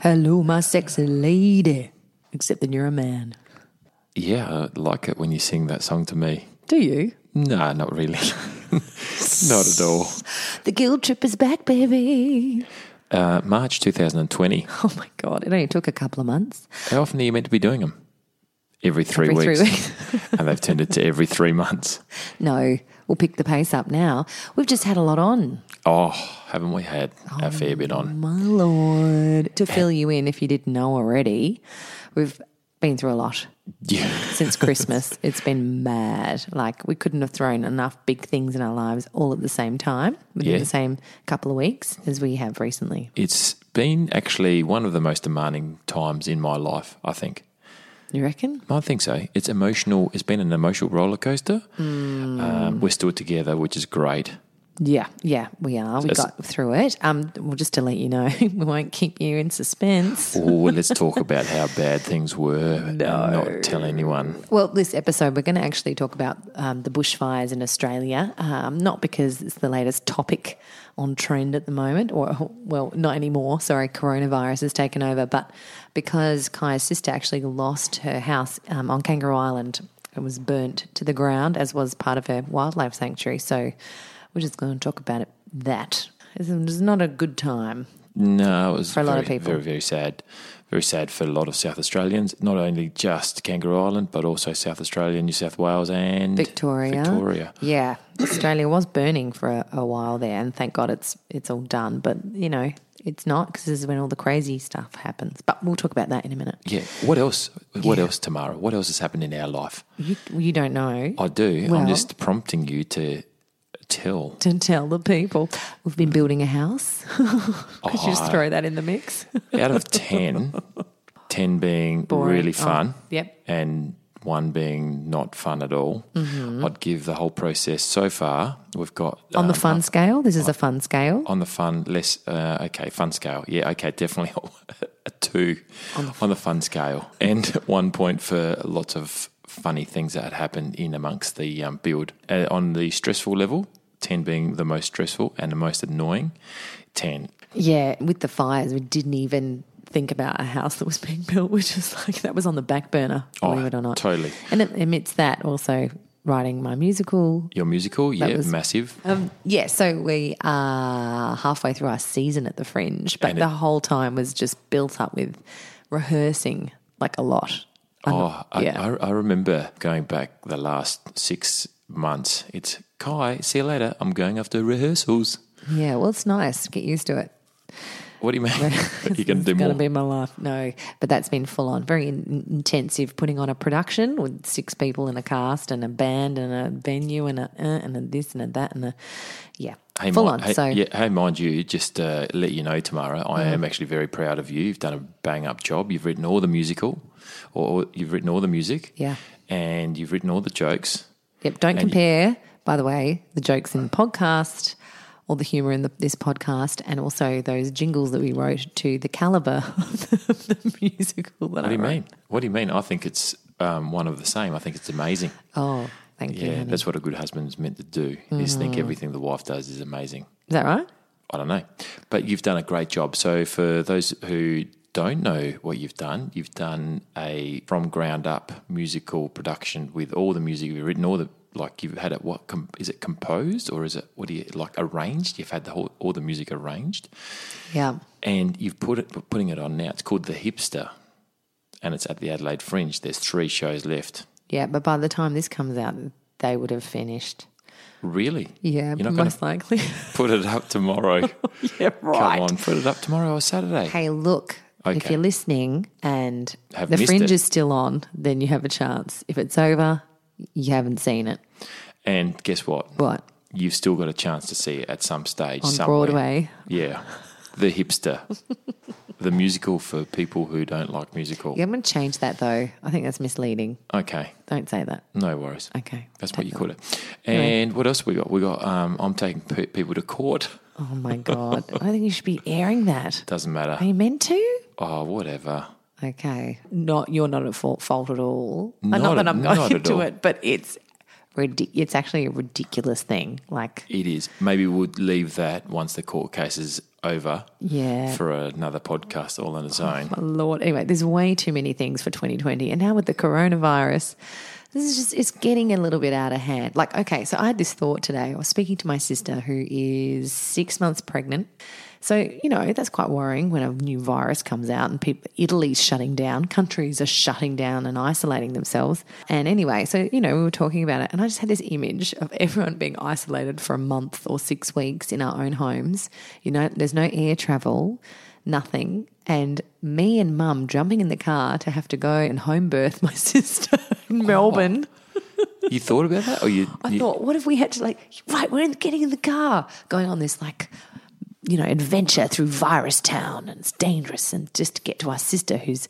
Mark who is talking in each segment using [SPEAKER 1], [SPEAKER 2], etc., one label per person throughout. [SPEAKER 1] Hello, my sexy lady. Except then you're a man.
[SPEAKER 2] Yeah, I like it when you sing that song to me.
[SPEAKER 1] Do you?
[SPEAKER 2] Nah, not really. not at all.
[SPEAKER 1] The guild trip is back, baby.
[SPEAKER 2] Uh, March 2020.
[SPEAKER 1] Oh my God. It only took a couple of months.
[SPEAKER 2] How often are you meant to be doing them? Every three
[SPEAKER 1] Every three
[SPEAKER 2] weeks. and they've turned it to every three months.
[SPEAKER 1] No, we'll pick the pace up now. We've just had a lot on.
[SPEAKER 2] Oh, haven't we had
[SPEAKER 1] Oh.
[SPEAKER 2] a fair bit on?
[SPEAKER 1] My Lord. To fill you in, if you didn't know already, we've been through a lot
[SPEAKER 2] Yeah.
[SPEAKER 1] since Christmas. it's been mad. Like, we couldn't have thrown enough big things in our lives all at the same time within
[SPEAKER 2] Yeah.
[SPEAKER 1] the same couple of weeks as we have recently.
[SPEAKER 2] It's been actually one of the most demanding times in my life, I think.
[SPEAKER 1] You reckon?
[SPEAKER 2] I think so. It's emotional. It's been an emotional roller coaster.
[SPEAKER 1] Hmm.
[SPEAKER 2] Um, we're still together, which is great.
[SPEAKER 1] Yeah, yeah, we are. We
[SPEAKER 2] Yes.
[SPEAKER 1] got through it. Um, well, just to let you know, we won't keep you in suspense.
[SPEAKER 2] Oh, let's talk about how bad things were and not tell anyone.
[SPEAKER 1] Well, this episode, we're going to actually talk about um, the bushfires in Australia, um, not because it's the latest topic on trend at the moment, or, well, not anymore. Sorry, coronavirus has taken over, but because Kaya's sister actually lost her house um, on Kangaroo Island. It was burnt to the ground, as was part of her wildlife sanctuary. So we're just going to talk about it, that. It's it's not a good time.
[SPEAKER 2] No, it was
[SPEAKER 1] For a lot
[SPEAKER 2] very,
[SPEAKER 1] of people.
[SPEAKER 2] very, very sad. Very sad for a lot of South Australians, not only just Kangaroo Island, but also South Australia, New South Wales, and
[SPEAKER 1] Victoria.
[SPEAKER 2] Victoria.
[SPEAKER 1] Yeah, Australia was burning for a, a while there, and thank God it's it's all done. But you know, it's not because this is when all the crazy stuff happens. But we'll talk about that in a minute.
[SPEAKER 2] Yeah. What else? What else, Tamara? What else has happened in our life?
[SPEAKER 1] You, you don't know
[SPEAKER 2] I do.
[SPEAKER 1] Well-
[SPEAKER 2] I'm just prompting you to tell.
[SPEAKER 1] to tell the people we've been building a house. Could you
[SPEAKER 2] Oh.
[SPEAKER 1] just throw that in the mix?
[SPEAKER 2] Out of 10, 10 being
[SPEAKER 1] Boring.
[SPEAKER 2] really
[SPEAKER 1] Oh,
[SPEAKER 2] fun.
[SPEAKER 1] yep.
[SPEAKER 2] And one being not fun at all. I'd give the whole process so far. We've got
[SPEAKER 1] Mm-hmm. On the
[SPEAKER 2] um,
[SPEAKER 1] fun scale, this is a fun scale.
[SPEAKER 2] on the fun less uh, okay fun scale yeah okay definitely a two on the, fun scale and one point for lots of funny things that had happened in amongst the um, build uh, on the stressful level 10 being the most stressful and the most annoying 10
[SPEAKER 1] Yeah, with the fires, we didn't even think about a house that was being built, which is like that was on the back burner, believe
[SPEAKER 2] Oh,
[SPEAKER 1] it or not.
[SPEAKER 2] totally.
[SPEAKER 1] And amidst that, also writing my musical,
[SPEAKER 2] your musical yeah
[SPEAKER 1] was-
[SPEAKER 2] massive
[SPEAKER 1] Um, yeah, so we are halfway through our season at the Fringe, but
[SPEAKER 2] And it-
[SPEAKER 1] the whole time was just built up with rehearsing like a lot. I'm
[SPEAKER 2] Oh,
[SPEAKER 1] not-
[SPEAKER 2] I,
[SPEAKER 1] yeah.
[SPEAKER 2] I, I remember going back the last six months. It's Kai, see you later. I'm going after rehearsals.
[SPEAKER 1] yeah, well, it's nice. Get used to it.
[SPEAKER 2] What do you mean? you can do
[SPEAKER 1] It's going
[SPEAKER 2] more.
[SPEAKER 1] to be my life. No, but that's been full on, very in- intensive. Putting on a production with six people in a cast and a band and a venue and a uh, and a this and a that and a yeah,
[SPEAKER 2] Hey,
[SPEAKER 1] full
[SPEAKER 2] mi-
[SPEAKER 1] on.
[SPEAKER 2] Hey,
[SPEAKER 1] so Mm.
[SPEAKER 2] yeah, hey, mind you, just uh, let you know, Tamara, I am actually very proud of you. You've done a bang up job. You've written all the musical, or or you've written all the music,
[SPEAKER 1] Yeah.
[SPEAKER 2] and you've written all the jokes.
[SPEAKER 1] Yep. Don't
[SPEAKER 2] you-
[SPEAKER 1] compare, by the way, the jokes in the podcast or the humor in the, this podcast and also those jingles that we wrote to the caliber of the, the musical that
[SPEAKER 2] What
[SPEAKER 1] I
[SPEAKER 2] do you
[SPEAKER 1] wrote.
[SPEAKER 2] mean? What do you mean? I think it's um, one of the same. I think it's amazing.
[SPEAKER 1] Oh, thank you. Mm-hmm.
[SPEAKER 2] Yeah,
[SPEAKER 1] honey.
[SPEAKER 2] that's what a good husband's meant to do. Is think everything the wife does is amazing.
[SPEAKER 1] Is that right?
[SPEAKER 2] I don't know. But you've done a great job. So for those who don't know what you've done, you've done a from ground up musical production with all the music you've written, all the like you've had it what com- is it composed or is it what do you like arranged? You've had the whole all the music arranged
[SPEAKER 1] Yeah.
[SPEAKER 2] and you've put it putting it on now. It's called The Hipster and it's at the Adelaide Fringe. There's three shows left.
[SPEAKER 1] Yeah. But by the time this comes out, they would have finished.
[SPEAKER 2] Really?
[SPEAKER 1] Yeah.
[SPEAKER 2] You're not going to
[SPEAKER 1] most likely.
[SPEAKER 2] put it up tomorrow.
[SPEAKER 1] yeah.
[SPEAKER 2] Come on, put it up tomorrow or Saturday.
[SPEAKER 1] Hey, look. If
[SPEAKER 2] Okay.
[SPEAKER 1] you're listening and
[SPEAKER 2] Have
[SPEAKER 1] the
[SPEAKER 2] missed
[SPEAKER 1] fringe
[SPEAKER 2] it.
[SPEAKER 1] is still on, then you have a chance. If it's over, you haven't seen it.
[SPEAKER 2] And guess what?
[SPEAKER 1] What?
[SPEAKER 2] you've still got a chance to see it at some stage
[SPEAKER 1] On
[SPEAKER 2] somewhere.
[SPEAKER 1] Broadway.
[SPEAKER 2] Yeah. The hipster. the musical for people who don't like musical.
[SPEAKER 1] Yeah, I'm going to change that though. I think that's misleading.
[SPEAKER 2] Okay.
[SPEAKER 1] Don't say that.
[SPEAKER 2] No worries.
[SPEAKER 1] Okay.
[SPEAKER 2] That's what you call it. And what else we got? We got um, I'm taking pe- people to court.
[SPEAKER 1] Oh my God. I don't think you should be airing that.
[SPEAKER 2] Doesn't
[SPEAKER 1] Are
[SPEAKER 2] matter.
[SPEAKER 1] you meant to?
[SPEAKER 2] Oh, whatever.
[SPEAKER 1] Okay. Not you're not at fault, fault at all. Uh,
[SPEAKER 2] Not
[SPEAKER 1] not that
[SPEAKER 2] at-
[SPEAKER 1] I'm
[SPEAKER 2] not
[SPEAKER 1] going
[SPEAKER 2] at
[SPEAKER 1] into
[SPEAKER 2] all.
[SPEAKER 1] it, but it's ridic- it's actually a ridiculous thing. Like,
[SPEAKER 2] It is. Maybe we'll leave that once the court case is over
[SPEAKER 1] yeah.
[SPEAKER 2] for another podcast all on its own.
[SPEAKER 1] Oh, Lord. Anyway, there's way too many things for 2020. And now with the coronavirus, this is just, it's getting a little bit out of hand. Like, okay, so I had this thought today. I was speaking to my sister who is six months pregnant. So, you know, that's quite worrying when a new virus comes out and people, Italy's shutting down, countries are shutting down and isolating themselves. And anyway, so, you know, we were talking about it and I just had this image of everyone being isolated for a month or six weeks in our own homes. You know, there's no air travel nothing. And me and mum jumping in the car to have to go and home birth my sister in Melbourne.
[SPEAKER 2] You thought about that, or you?
[SPEAKER 1] I
[SPEAKER 2] you-
[SPEAKER 1] thought, what if we had to, like, right, we're in- getting in the car, going on this, like, you know, adventure through virus town and it's dangerous. And just to get to our sister who's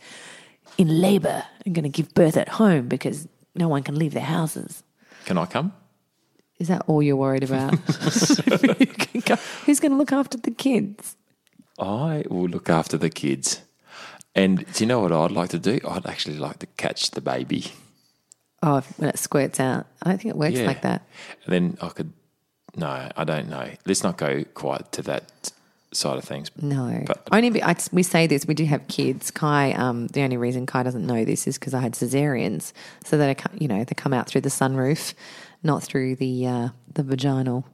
[SPEAKER 1] in labor and going to give birth at home because no one can leave their houses.
[SPEAKER 2] can I come?
[SPEAKER 1] Is that all you're worried about? Who can go- Who's going to look after the kids?
[SPEAKER 2] I will look after the kids. And do you know what I'd like to do? I'd actually like to catch the baby.
[SPEAKER 1] Oh, if- when it squirts out. I don't think it works like that.
[SPEAKER 2] And then I could. No, I don't know. Let's not go quite to that side of things.
[SPEAKER 1] No,
[SPEAKER 2] But-
[SPEAKER 1] only be, I, we say this. We do have kids. Kai, um, the only reason Kai doesn't know this is because I had cesareans, so that I, ca- you know they come out through the sunroof, not through the uh, the vaginal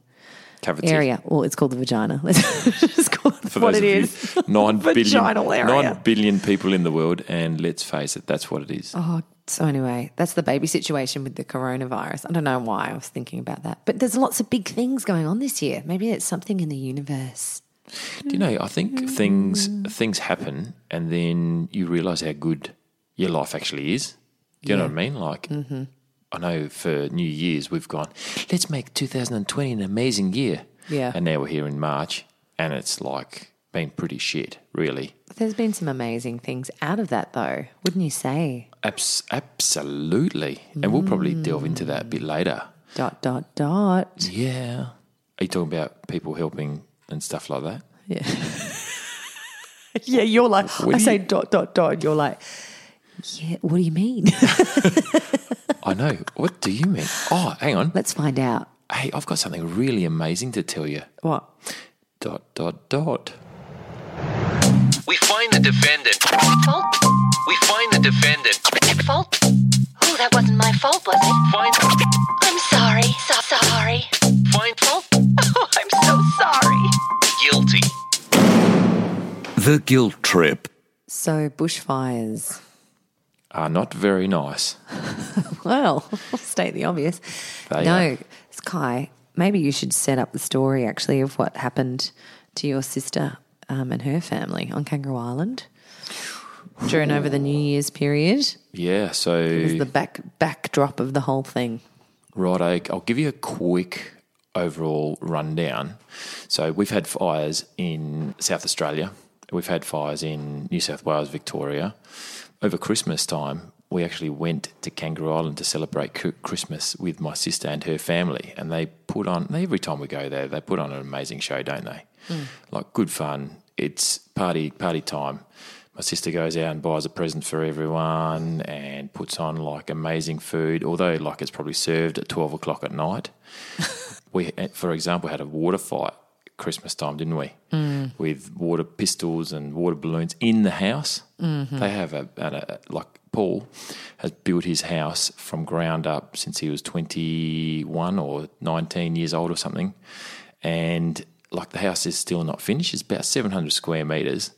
[SPEAKER 2] Cavity.
[SPEAKER 1] area. Well, it's called the vagina. Let's just call it
[SPEAKER 2] For
[SPEAKER 1] what
[SPEAKER 2] those
[SPEAKER 1] it
[SPEAKER 2] of you-
[SPEAKER 1] is.
[SPEAKER 2] nine billion-
[SPEAKER 1] Vaginal area.
[SPEAKER 2] nine billion people in the world, and let's face it, that's what it is.
[SPEAKER 1] Oh, so anyway, that's the baby situation with the coronavirus. I don't know why I was thinking about that, but there's lots of big things going on this year. Maybe it's something in the universe.
[SPEAKER 2] Do you know? I think things things happen, and then you realize how good your life actually is. Do you know what I mean? Like, I know for New Year's we've gone, let's make 2020 an amazing year.
[SPEAKER 1] Yeah.
[SPEAKER 2] and now we're here in March, and it's like been pretty shit, really.
[SPEAKER 1] There's been some amazing things out of that, though, wouldn't you say?
[SPEAKER 2] Abs- absolutely, and we'll probably delve into that a bit later.
[SPEAKER 1] Dot dot dot.
[SPEAKER 2] Yeah, are you talking about people helping and stuff like that?
[SPEAKER 1] Yeah. yeah, you're like,
[SPEAKER 2] What
[SPEAKER 1] I
[SPEAKER 2] do
[SPEAKER 1] say
[SPEAKER 2] you-
[SPEAKER 1] dot, dot, dot. and You're like, yeah, what do you mean?
[SPEAKER 2] I know. What do you mean? Oh, hang on.
[SPEAKER 1] Let's find out.
[SPEAKER 2] Hey, I've got something really amazing to tell you.
[SPEAKER 1] What?
[SPEAKER 2] Dot dot dot.
[SPEAKER 3] We find the defendant.
[SPEAKER 4] fault?
[SPEAKER 3] We find the defendant.
[SPEAKER 4] Fault? Oh, that wasn't my fault, was it?
[SPEAKER 3] Find
[SPEAKER 4] I'm sorry. So sorry.
[SPEAKER 3] find fault
[SPEAKER 4] Oh, I'm so sorry.
[SPEAKER 3] guilty.
[SPEAKER 5] The Guilt Trip.
[SPEAKER 1] So, bushfires.
[SPEAKER 2] Are not very nice.
[SPEAKER 1] Well, state the obvious.
[SPEAKER 2] They
[SPEAKER 1] no,
[SPEAKER 2] are.
[SPEAKER 1] it's Kai, maybe you should set up the story actually of what happened to your sister um, and her family on Kangaroo Island during over the New Year's period.
[SPEAKER 2] Yeah. So
[SPEAKER 1] Is the back backdrop of the whole thing.
[SPEAKER 2] Right, Oak. I'll give you a quick overall rundown. So, we've had fires in South Australia, we've had fires in New South Wales, Victoria. Over Christmas time, we actually went to Kangaroo Island to celebrate Cr- Christmas with my sister and her family. And they put on, every time we go there, they put on an amazing show, don't they? Like, good fun. It's party, party time my sister goes out and buys a present for everyone and puts on like amazing food, although like it's probably served at 12 o'clock at night. we, for example, had a water fight at Christmas time, didn't we? Mm. With water pistols and water balloons in the house. They have a, and a, like Paul has built his house from ground up since he was 21 or 19 years old or something. And like the house is still not finished, it's about 700 square meters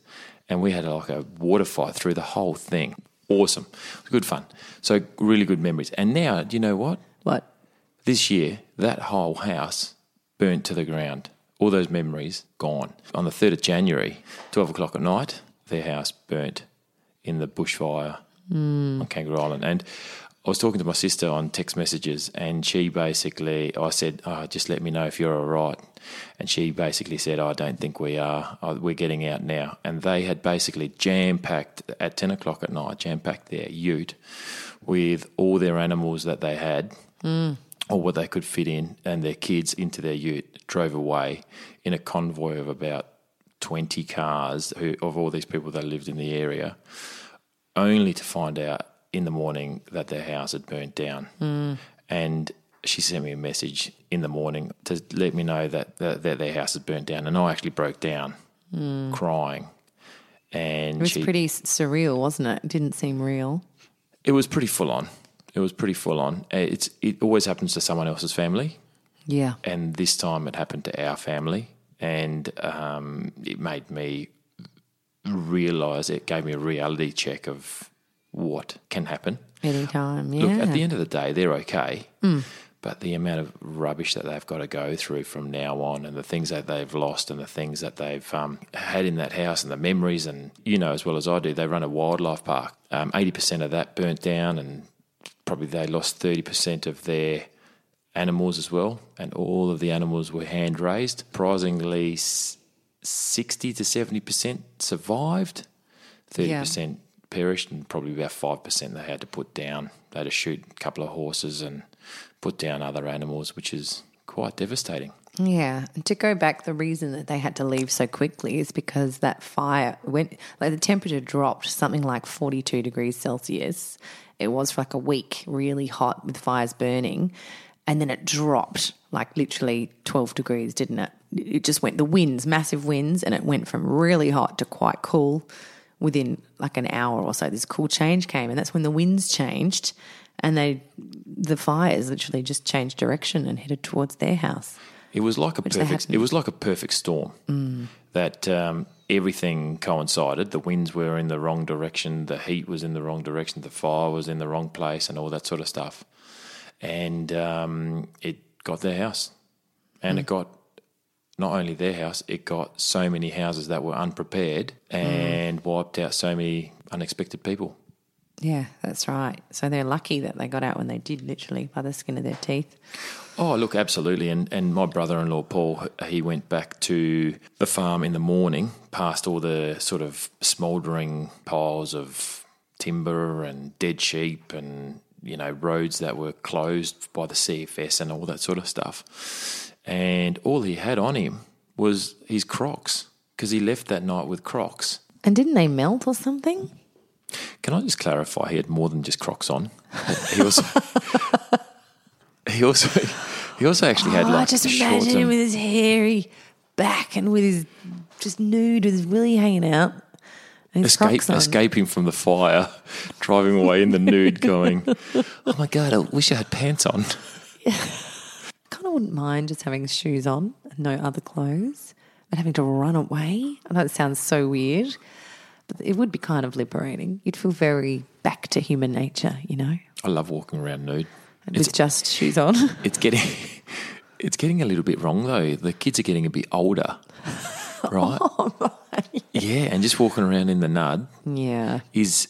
[SPEAKER 2] and we had like a water fight through the whole thing. Awesome. It was good fun. So really good memories. And now, do you know what?
[SPEAKER 1] What?
[SPEAKER 2] This year, that whole house burnt to the ground. All those memories gone. On the 3rd of January, 12 o'clock at night, their house burnt in the bushfire on Kangaroo Island. And I was talking to my sister on text messages, and she basically, I said, oh, just let me know if you're all right. And she basically said, I don't think we are. Oh, We're getting out now. And they had basically jam packed at 10 o'clock at night, jam packed their ute with all their animals that they had or what they could fit in and their kids into their ute drove away in a convoy of about 20 cars who, of all these people that lived in the area
[SPEAKER 1] Hmm.
[SPEAKER 2] only to find out in the morning that their house had burnt down and she sent me a message in the morning to let me know that, that, that their house had burnt down. And I actually broke down crying. And
[SPEAKER 1] Hmm. It was
[SPEAKER 2] she,
[SPEAKER 1] pretty s- surreal, wasn't it? It didn't seem real.
[SPEAKER 2] it was pretty full on. It was pretty full on. It's, it always happens to someone else's family.
[SPEAKER 1] Yeah.
[SPEAKER 2] and this time it happened to our family, and um, it made me realize it gave me a reality check of what can happen.
[SPEAKER 1] Anytime. Yeah.
[SPEAKER 2] Look, at the end of the day, they're okay, but the amount of rubbish that they've got to go through from now on, and the things that they've lost, and the things that they've um, had in that house, and the memories, and you know as well as I do, they run a wildlife park. Um, Eighty percent of that burnt down, and probably they lost thirty percent of their animals as well, and all of the animals were hand raised. Surprisingly, s- sixty to seventy percent survived thirty percent perished, and probably about five percent they had to put down. They had to shoot a couple of horses and put down other animals, which is quite devastating.
[SPEAKER 1] Yeah. And to go back, the reason that they had to leave so quickly is because that fire went, like the temperature dropped something like 42 degrees Celsius. It was for like a week, really hot with fires burning. And then it dropped like literally 12 degrees, didn't it? It just went, the winds, massive winds, and it went from really hot to quite cool within like an hour or so. This cool change came, and that's when the winds changed. And they, the fires literally just changed direction and headed towards their house.
[SPEAKER 2] It was like a
[SPEAKER 1] they
[SPEAKER 2] perfect.
[SPEAKER 1] haven't.
[SPEAKER 2] It was like a perfect storm. That um, everything coincided. The winds were in the wrong direction. The heat was in the wrong direction. The fire was in the wrong place, and all that sort of stuff. And um, it got their house, and it got not only their house. It got so many houses that were unprepared and wiped out so many unexpected people.
[SPEAKER 1] Yeah, that's right. So they're lucky that they got out when they did, literally by the skin of their teeth.
[SPEAKER 2] Oh, look, absolutely. And and my brother-in-law Paul, he went back to the farm in the morning, past all the sort of smouldering piles of timber and dead sheep and you know roads that were closed by the CFS and all that sort of stuff. And all he had on him was his Crocs because he left that night with Crocs.
[SPEAKER 1] And didn't they melt or something?
[SPEAKER 2] Can I just clarify? He had more than just Crocs on. He also he also he also actually had
[SPEAKER 1] Oh, I
[SPEAKER 2] like
[SPEAKER 1] just
[SPEAKER 2] shorts
[SPEAKER 1] imagine him
[SPEAKER 2] and-
[SPEAKER 1] with his hairy back and with his just nude, with his willy hanging out. And his
[SPEAKER 2] escape,
[SPEAKER 1] Crocs on.
[SPEAKER 2] escaping from the fire, driving away in the nude, going, "Oh my god, I wish I had pants on."
[SPEAKER 1] kind of wouldn't mind just having shoes on and no other clothes, but having to run away. I know it sounds so weird, but it would be kind of liberating. You'd feel very back to human nature, you know,
[SPEAKER 2] I love walking around nude.
[SPEAKER 1] with just shoes on.
[SPEAKER 2] It's getting, it's getting a little bit wrong though. The kids are getting a bit older, right?
[SPEAKER 1] Oh
[SPEAKER 2] Yeah, and just walking around in the nud
[SPEAKER 1] yeah.
[SPEAKER 2] is,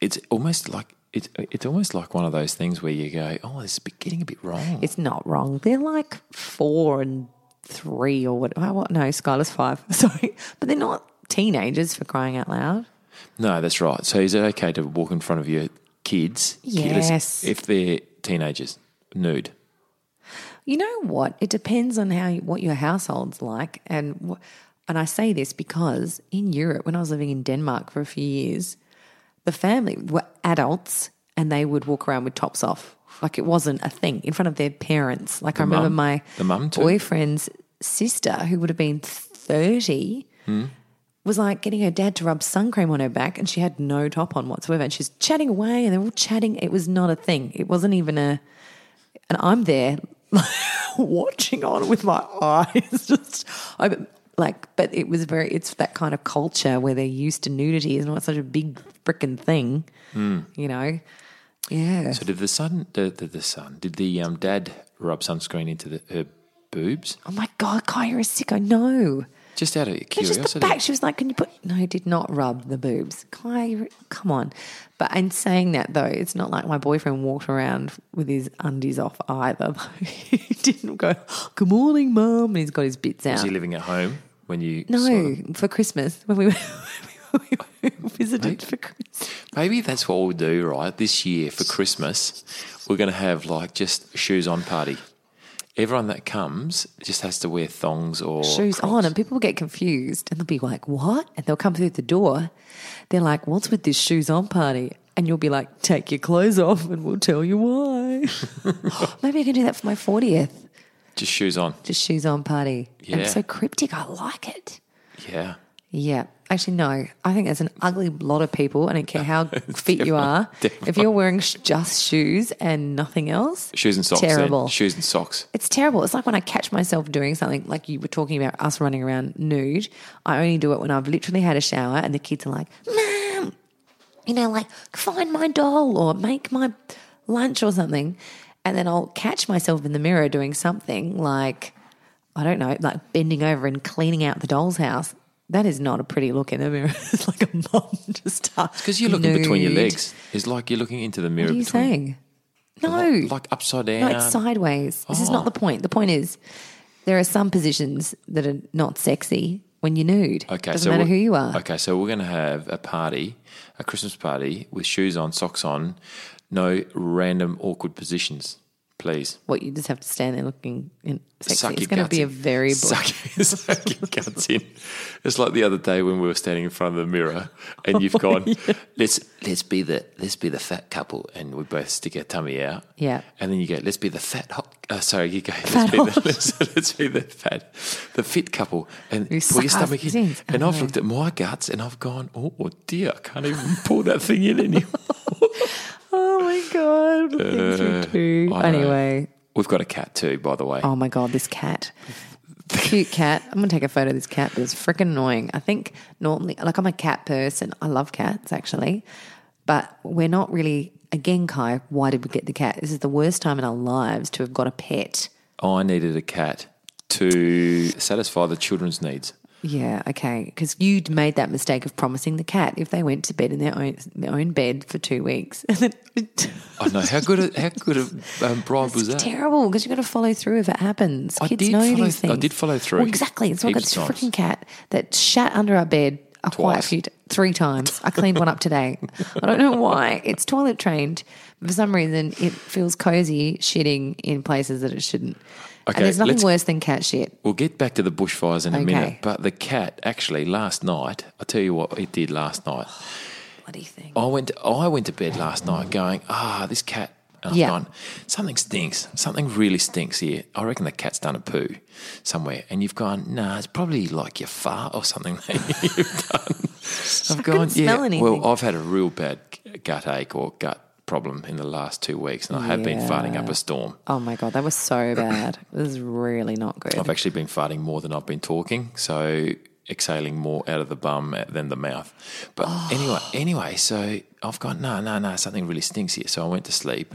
[SPEAKER 2] it's almost like it's it's almost like one of those things where you go, "Oh, this is be- getting a bit wrong."
[SPEAKER 1] It's not wrong. They're like four and three or what? oh, what no, Skylar's five. Sorry, but they're not teenagers for crying out loud.
[SPEAKER 2] No, that's right. So is it okay to walk in front of your kids? kids,
[SPEAKER 1] Yes.
[SPEAKER 2] if they're teenagers, nude.
[SPEAKER 1] You know what? It depends on how you, what your household's like, and wh- and I say this because in Europe, when I was living in Denmark for a few years, the family were adults and they would walk around with tops off, like it wasn't a thing in front of their parents. Like I remember
[SPEAKER 2] mum?
[SPEAKER 1] my
[SPEAKER 2] The mum too?
[SPEAKER 1] boyfriend's sister, who would have been thirty.
[SPEAKER 2] Hmm?
[SPEAKER 1] Was like getting her dad to rub sun cream on her back, and she had no top on whatsoever. And she's chatting away, and they're all chatting. It was not a thing. It wasn't even a and I'm there watching on with my eyes just I like but it was very it's that kind of culture where they're used to nudity it's not such a big freaking thing
[SPEAKER 2] Hmm.
[SPEAKER 1] you know yeah
[SPEAKER 2] So did the son? Did the, the son? Did the um, dad rub sunscreen into the, her boobs?
[SPEAKER 1] oh my god Kai you're a sicko no
[SPEAKER 2] Just out of
[SPEAKER 1] It's
[SPEAKER 2] curiosity.
[SPEAKER 1] just the back. She was like, "Can you put?" No, he did not rub the boobs. Kai, you're- come on. But in saying that, though, it's not like my boyfriend walked around with his undies off either. he didn't go, "Good morning, mum," and he's got his bits out.
[SPEAKER 2] Was he living at home when you?
[SPEAKER 1] No,
[SPEAKER 2] saw them?
[SPEAKER 1] for Christmas when we, we visited for Christmas.
[SPEAKER 2] Maybe that's what we'll do, right? This year for Christmas, we're going to have like just a shoes on party. Everyone that comes just has to wear thongs or
[SPEAKER 1] Shoes on, and people get confused, and they'll be like, "What?" And they'll come through the door. They're like, "What's with this shoes on party?" And you'll be like, "Take your clothes off, and we'll tell you why." do. Maybe I can do that for my 40th.
[SPEAKER 2] Just shoes on.
[SPEAKER 1] Just shoes on party.
[SPEAKER 2] Yeah.
[SPEAKER 1] I'm so cryptic. I like it.
[SPEAKER 2] Yeah.
[SPEAKER 1] Yeah. Actually, no. I think there's an ugly lot of people. I don't care how fit you are. If you're wearing sh- just shoes and nothing else,
[SPEAKER 2] Shoes and socks. eh? then.
[SPEAKER 1] Terrible.
[SPEAKER 2] Shoes and socks.
[SPEAKER 1] it's terrible. It's like when I catch myself doing something, like you were talking about us running around nude. I only do it when I've literally had a shower and the kids are like, Mom, you know, like find my doll or make my lunch or something. And then I'll catch myself in the mirror doing something like, I don't know, like bending over and cleaning out the doll's house. That is not a pretty look in the mirror. it's like a mom just
[SPEAKER 2] Because you're looking between your legs. It's like you're looking into the mirror.
[SPEAKER 1] What are you
[SPEAKER 2] between,
[SPEAKER 1] saying? No.
[SPEAKER 2] Like upside
[SPEAKER 1] No,
[SPEAKER 2] down.
[SPEAKER 1] it's sideways. This is not
[SPEAKER 2] Oh.
[SPEAKER 1] the point. The point is there are some positions that are not sexy when you're nude.
[SPEAKER 2] Okay,
[SPEAKER 1] Doesn't
[SPEAKER 2] so
[SPEAKER 1] matter
[SPEAKER 2] we-
[SPEAKER 1] who you are.
[SPEAKER 2] Okay, so we're going to have a party, a Christmas party with shoes on, socks on, no random awkward positions, please.
[SPEAKER 1] What you just have to stand there looking in sexy.
[SPEAKER 2] Suck
[SPEAKER 1] it's
[SPEAKER 2] your
[SPEAKER 1] going to
[SPEAKER 2] guts
[SPEAKER 1] be a
[SPEAKER 2] in.
[SPEAKER 1] very bo-
[SPEAKER 2] Suck, suck your guts in. It's like the other day when we were standing in front of the mirror,
[SPEAKER 1] Oh,
[SPEAKER 2] and you've gone, "Let's let's be the let's be the fat couple," and we both stick our tummy out.
[SPEAKER 1] Yeah.
[SPEAKER 2] And then you go, "Let's be the fat hot." Uh, sorry, you go, let's
[SPEAKER 1] Fat
[SPEAKER 2] be, the,
[SPEAKER 1] hot.
[SPEAKER 2] let's, let's be the fat, the fit couple," and
[SPEAKER 1] You
[SPEAKER 2] pull your
[SPEAKER 1] suck our
[SPEAKER 2] stomach in.
[SPEAKER 1] zins.
[SPEAKER 2] And
[SPEAKER 1] Oh.
[SPEAKER 2] I've looked at my guts, and I've gone, "Oh dear, I can't even pull that thing in anymore."
[SPEAKER 1] Oh my god! the things we do.
[SPEAKER 2] Uh, I know.
[SPEAKER 1] Anyway,
[SPEAKER 2] We've got a cat too, by the way.
[SPEAKER 1] oh my god, this cat. Cute cat. I'm gonna take a photo of this cat, but it's freaking annoying. I think normally, like, I'm a cat person. I love cats, actually, but we're not really. Again, Kai, why did we get the cat? This is the worst time in our lives to have got a pet.
[SPEAKER 2] I needed a cat to satisfy the children's needs.
[SPEAKER 1] Yeah, okay. Because you'd made that mistake of promising the cat if they went to bed in their own their own bed for two weeks. it's
[SPEAKER 2] I know how good a, how good a um, bribe was that?
[SPEAKER 1] terrible because you've got to follow through if it happens.
[SPEAKER 2] I
[SPEAKER 1] Kids
[SPEAKER 2] did
[SPEAKER 1] know
[SPEAKER 2] follow
[SPEAKER 1] these
[SPEAKER 2] th-
[SPEAKER 1] things.
[SPEAKER 2] I did follow through
[SPEAKER 1] Well, exactly. It's like
[SPEAKER 2] heaps
[SPEAKER 1] this
[SPEAKER 2] of times.
[SPEAKER 1] freaking cat that shat under our bed. A quite a
[SPEAKER 2] Twice.
[SPEAKER 1] few, t- three times. I cleaned one up today. I don't know why. It's toilet trained. But for some reason, it feels cozy shitting in places that it shouldn't.
[SPEAKER 2] Okay,
[SPEAKER 1] and there's nothing
[SPEAKER 2] let's-
[SPEAKER 1] worse than cat shit.
[SPEAKER 2] We'll get back to the bushfires in a
[SPEAKER 1] Okay.
[SPEAKER 2] minute, but the cat actually last night. I tell you what it did last night.
[SPEAKER 1] Bloody thing.
[SPEAKER 2] I went I went to bed last night going, ah, this cat. And I've
[SPEAKER 1] Yeah.
[SPEAKER 2] gone, something stinks. Something really stinks here. I reckon the cat's done a poo somewhere. And you've gone, nah, it's probably like your fart or something that you've done. I've gone, yeah.
[SPEAKER 1] smell anything."
[SPEAKER 2] Well, I've had a real bad gut ache or gut problem in the last two weeks, and I have been farting up a storm.
[SPEAKER 1] Oh my god, that was so bad. This is really not good.
[SPEAKER 2] I've actually been farting more than I've been talking, so exhaling more out of the bum than the mouth. But anyway, anyway, so I've gone no, no, no, something really stinks here. So I went to sleep.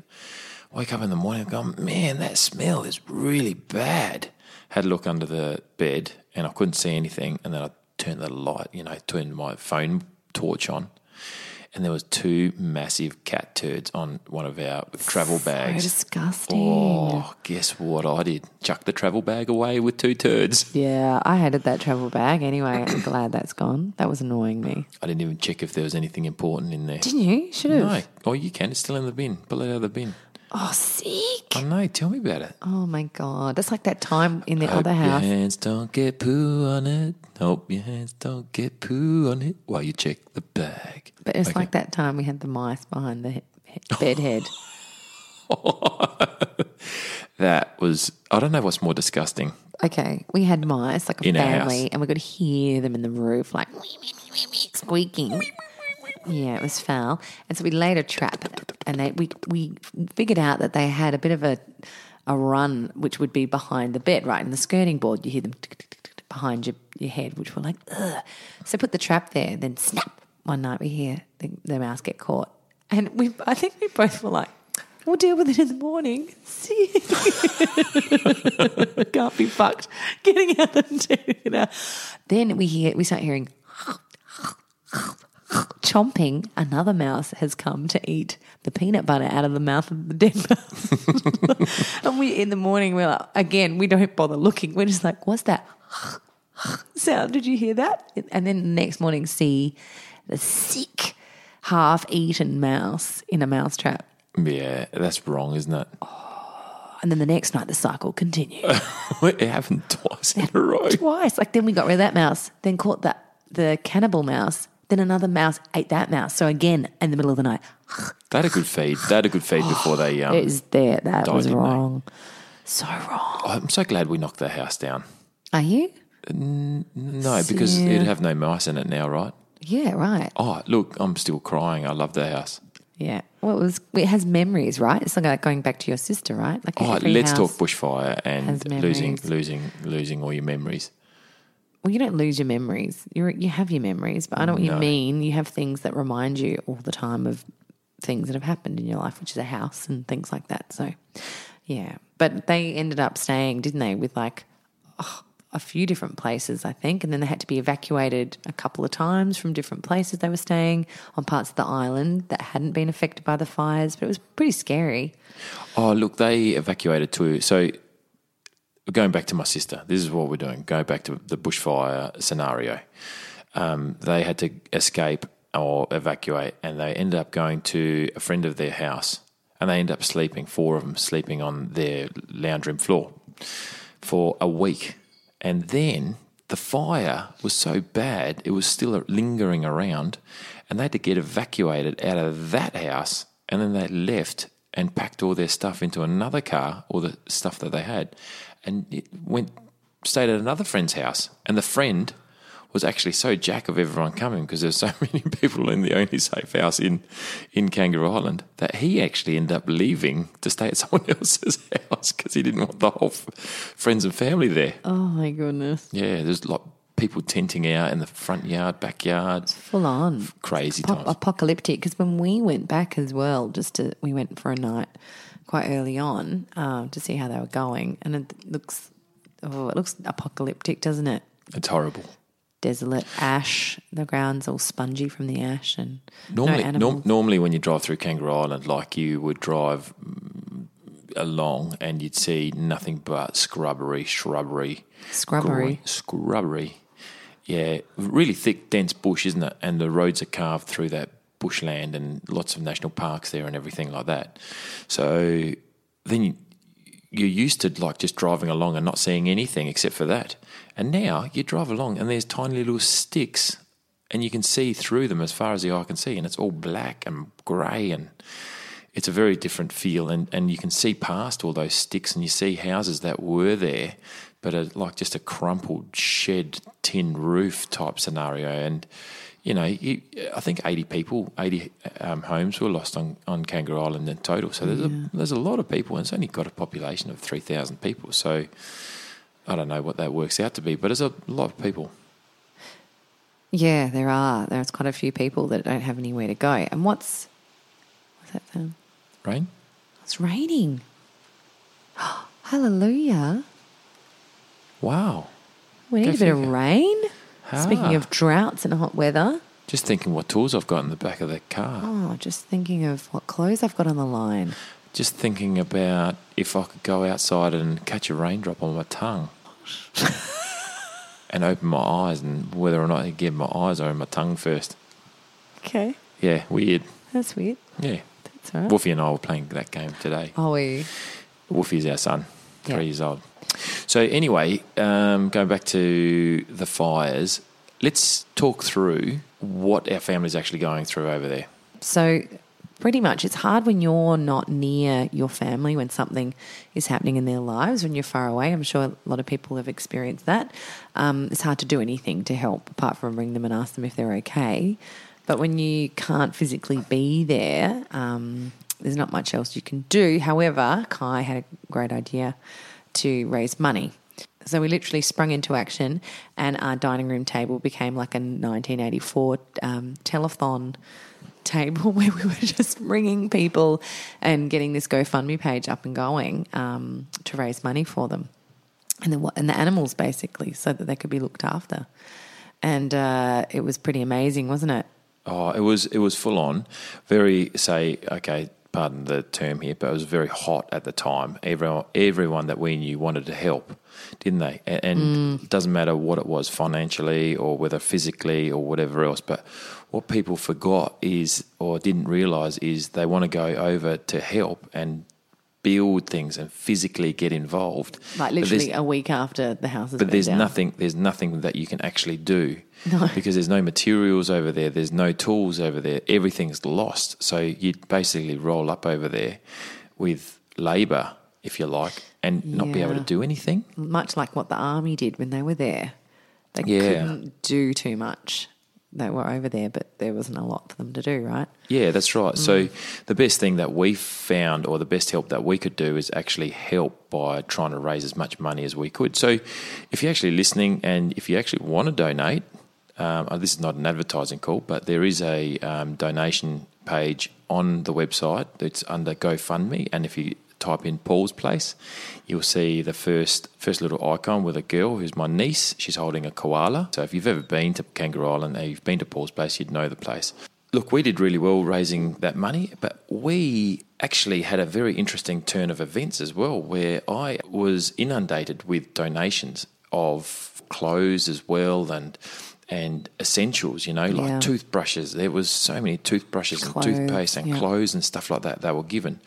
[SPEAKER 2] Wake up in the morning, I've gone, man, that smell is really bad. Had a look under the bed and I couldn't see anything. And then I turned the light, you know, turned my phone torch on. And there was two massive cat turds on one of our travel bags.
[SPEAKER 1] disgusting.
[SPEAKER 2] Oh, guess what I did? Chuck the travel bag away with two turds.
[SPEAKER 1] Yeah, I hated that travel bag. Anyway, I'm glad that's gone. That was annoying me.
[SPEAKER 2] I didn't even check if there was anything important in there.
[SPEAKER 1] Didn't you? Should have.
[SPEAKER 2] No. Oh, you can. It's still in the bin. Pull it out of the bin.
[SPEAKER 1] Oh, sick.
[SPEAKER 2] I know. Tell me about it.
[SPEAKER 1] Oh my god, that's like that time in the
[SPEAKER 2] Hope
[SPEAKER 1] other house.
[SPEAKER 2] your hands don't get poo on it. Hope your hands don't get poo on it while you check the bag.
[SPEAKER 1] But it's
[SPEAKER 2] Okay.
[SPEAKER 1] like that time we had the mice behind the he- he- bed head.
[SPEAKER 2] That was, I don't know what's more disgusting.
[SPEAKER 1] Okay, we had mice, like a
[SPEAKER 2] In our
[SPEAKER 1] family,
[SPEAKER 2] house.
[SPEAKER 1] and we could hear them in the roof, like squeaking. Yeah, it was foul. And so we laid a trap, and they, we we figured out that they had a bit of a a run, which would be behind the bed, right in the skirting board. You hear them tick, tick, tick, tick, tick behind your, your head, which were like, ugh. So put the trap there, then snap. One night we hear the, the mouse get caught, and we I think we both were like, we'll deal with it in the morning. See you can't be fucked getting out and taking it out. Then we hear we start hearing chomping. Another mouse has come to eat the peanut butter out of the mouth of the dead mouse. and we in the morning we're like, again, we don't bother looking. We're just like, what's that sound? Did you hear that? And then the next morning see the sick half-eaten mouse in a mouse trap.
[SPEAKER 2] Yeah, that's wrong, isn't it?
[SPEAKER 1] Oh. And then the next night the cycle continued.
[SPEAKER 2] it happened twice in a row.
[SPEAKER 1] twice. Like then we got rid of that mouse, then caught that the cannibal mouse, Then another mouse ate that mouse. So again, in the middle of the night,
[SPEAKER 2] They had a good feed. They had a good feed before they. Um,
[SPEAKER 1] it was there. That
[SPEAKER 2] Died,
[SPEAKER 1] was
[SPEAKER 2] didn't they?
[SPEAKER 1] wrong. So wrong.
[SPEAKER 2] I'm so glad we knocked the house down.
[SPEAKER 1] Are you?
[SPEAKER 2] No, because
[SPEAKER 1] Yeah.
[SPEAKER 2] it'd have no mice in it now, right?
[SPEAKER 1] Yeah, right.
[SPEAKER 2] Oh, look, I'm still crying. I love the house.
[SPEAKER 1] Yeah. Well, it was. It has memories, right? It's like uh, going back to your sister, right? Like
[SPEAKER 2] Oh,
[SPEAKER 1] every
[SPEAKER 2] let's
[SPEAKER 1] house-
[SPEAKER 2] talk bushfire and
[SPEAKER 1] has
[SPEAKER 2] losing,
[SPEAKER 1] memories.
[SPEAKER 2] losing, losing all your memories.
[SPEAKER 1] Well, you don't lose your memories. You you have your memories, but I know what you mean. You have things that remind you all the time of things that have happened in your life, which is a house and things like that. So, yeah. But they ended up staying, didn't they? With like oh, a few different places, I think, and then they had to be evacuated a couple of times from different places they were staying on parts of the island that hadn't been affected by the fires. But it was pretty scary.
[SPEAKER 2] Oh, look, they evacuated too. So going back to my sister, this is what we're doing. Go back to the bushfire scenario. Um, they had to escape or evacuate, and they ended up going to a friend of their house, and they ended up sleeping, four of them sleeping on their lounge room floor for a week. And then the fire was so bad, it was still lingering around, and they had to get evacuated out of that house. And then they left and packed all their stuff into another car, all the stuff that they had, and it went stayed at another friend's house. And the friend was actually so jack of everyone coming because there's so many people in the only safe house in in Kangaroo Island that he actually ended up leaving to stay at someone else's house because he didn't want the whole f- friends and family there.
[SPEAKER 1] Oh my goodness!
[SPEAKER 2] Yeah, there's like people tenting out in the front yard, backyard,
[SPEAKER 1] Full on.
[SPEAKER 2] crazy
[SPEAKER 1] Pop-
[SPEAKER 2] times.
[SPEAKER 1] apocalyptic because when we went back as well, just to, we went for a night quite early on um, to see how they were going, and it looks oh, it looks apocalyptic, doesn't it?
[SPEAKER 2] It's horrible.
[SPEAKER 1] Desolate ash, the ground's all spongy from the ash, and no
[SPEAKER 2] Normally, norm,
[SPEAKER 1] animals.
[SPEAKER 2] normally when you drive through Kangaroo Island, like you would drive mm, along and you'd see nothing but scrubbery, shrubbery,
[SPEAKER 1] Scrubbery.
[SPEAKER 2] groin- scrubbery. Yeah, really thick, dense bush, isn't it? And the roads are carved through that bushland, and lots of national parks there, and everything like that. So then you, you're used to like just driving along and not seeing anything except for that. And now you drive along, and there's tiny little sticks, and you can see through them as far as the eye can see, and it's all black and grey and it's a very different feel and, and you can see past all those sticks and you see houses that were there but are like just a crumpled shed tin roof type scenario and you know you, i think 80 people 80 um, homes were lost on, on kangaroo island in total so there's, a, there's a lot of people and it's only got a population of 3000 people so i don't know what that works out to be but it's a lot of people
[SPEAKER 1] yeah, there are there's quite a few people that don't have anywhere to go. And what's what's that sound?
[SPEAKER 2] rain
[SPEAKER 1] It's raining. Hallelujah!
[SPEAKER 2] wow
[SPEAKER 1] We need
[SPEAKER 2] Go
[SPEAKER 1] a bit of
[SPEAKER 2] figure.
[SPEAKER 1] rain.
[SPEAKER 2] Ah.
[SPEAKER 1] Speaking of droughts and hot weather.
[SPEAKER 2] just thinking what tools i've got in the back of the car
[SPEAKER 1] Oh, just thinking of what clothes I've got on the line.
[SPEAKER 2] Just thinking about if I could go outside and catch a raindrop on my tongue and open my eyes and whether or not again my eyes are in my tongue first.
[SPEAKER 1] Okay,
[SPEAKER 2] Yeah, weird.
[SPEAKER 1] that's weird.
[SPEAKER 2] Yeah.
[SPEAKER 1] That's all right.
[SPEAKER 2] Wolfie and I were playing that game today.
[SPEAKER 1] Are we?
[SPEAKER 2] Wolfie's our son, three
[SPEAKER 1] Oh. Yeah.
[SPEAKER 2] years old. So anyway, um, going back to the fires, let's talk through what our family's actually going through over there.
[SPEAKER 1] So, pretty much, it's hard when you're not near your family when something is happening in their lives, when you're far away. I'm sure a lot of people have experienced that. Um, it's hard to do anything to help apart from ring them and ask them if they're okay. But when you can't physically be there, um, there's not much else you can do. However, Kai had a great idea to raise money. So we literally sprung into action, and our dining room table became like a 1984 um, telethon table where we were just ringing people and getting this GoFundMe page up and going um, to raise money for them and the, and the animals basically, so that they could be looked after. And uh, it was pretty amazing, wasn't it?
[SPEAKER 2] Oh, it was it was full on. Very say okay, pardon the term here, but it was very hot at the time. Everyone everyone that we knew wanted to help, didn't they? A- And
[SPEAKER 1] Mm.
[SPEAKER 2] it doesn't matter what it was financially or whether physically or whatever else. But what people forgot is or didn't realize is they want to go over to help and build things and physically get involved.
[SPEAKER 1] Like
[SPEAKER 2] But there's-
[SPEAKER 1] literally a week after the house has
[SPEAKER 2] but
[SPEAKER 1] been
[SPEAKER 2] there's
[SPEAKER 1] down.
[SPEAKER 2] nothing there's nothing that you can actually do because there's no materials over there there's no tools over there everything's lost so you basically roll up over there with labor if you like and not be able to
[SPEAKER 1] Yeah.
[SPEAKER 2] do anything
[SPEAKER 1] Much like what the army did when they were there. They
[SPEAKER 2] Yeah.
[SPEAKER 1] couldn't do too much. They were over there, but there wasn't a lot for them to do, right?
[SPEAKER 2] yeah that's right so the best thing that we found or the best help that we could do is actually help by trying to raise as much money as we could so if you're actually listening and if you actually want to donate um, oh, this is not an advertising call, but there is a um, donation page on the website. It's under GoFundMe, and if you type in Paul's Place, you'll see the first first little icon with a girl who's my niece. She's holding a koala. So if you've ever been to Kangaroo Island and you've been to Paul's Place, you'd know the place. Look, we did really well raising that money, but we actually had a very interesting turn of events as well, where I was inundated with donations of clothes as well and and essentials, you know, like
[SPEAKER 1] Yeah.
[SPEAKER 2] toothbrushes. There was so many toothbrushes
[SPEAKER 1] Clothes,
[SPEAKER 2] and toothpaste and
[SPEAKER 1] yeah.
[SPEAKER 2] clothes and stuff like that they were given.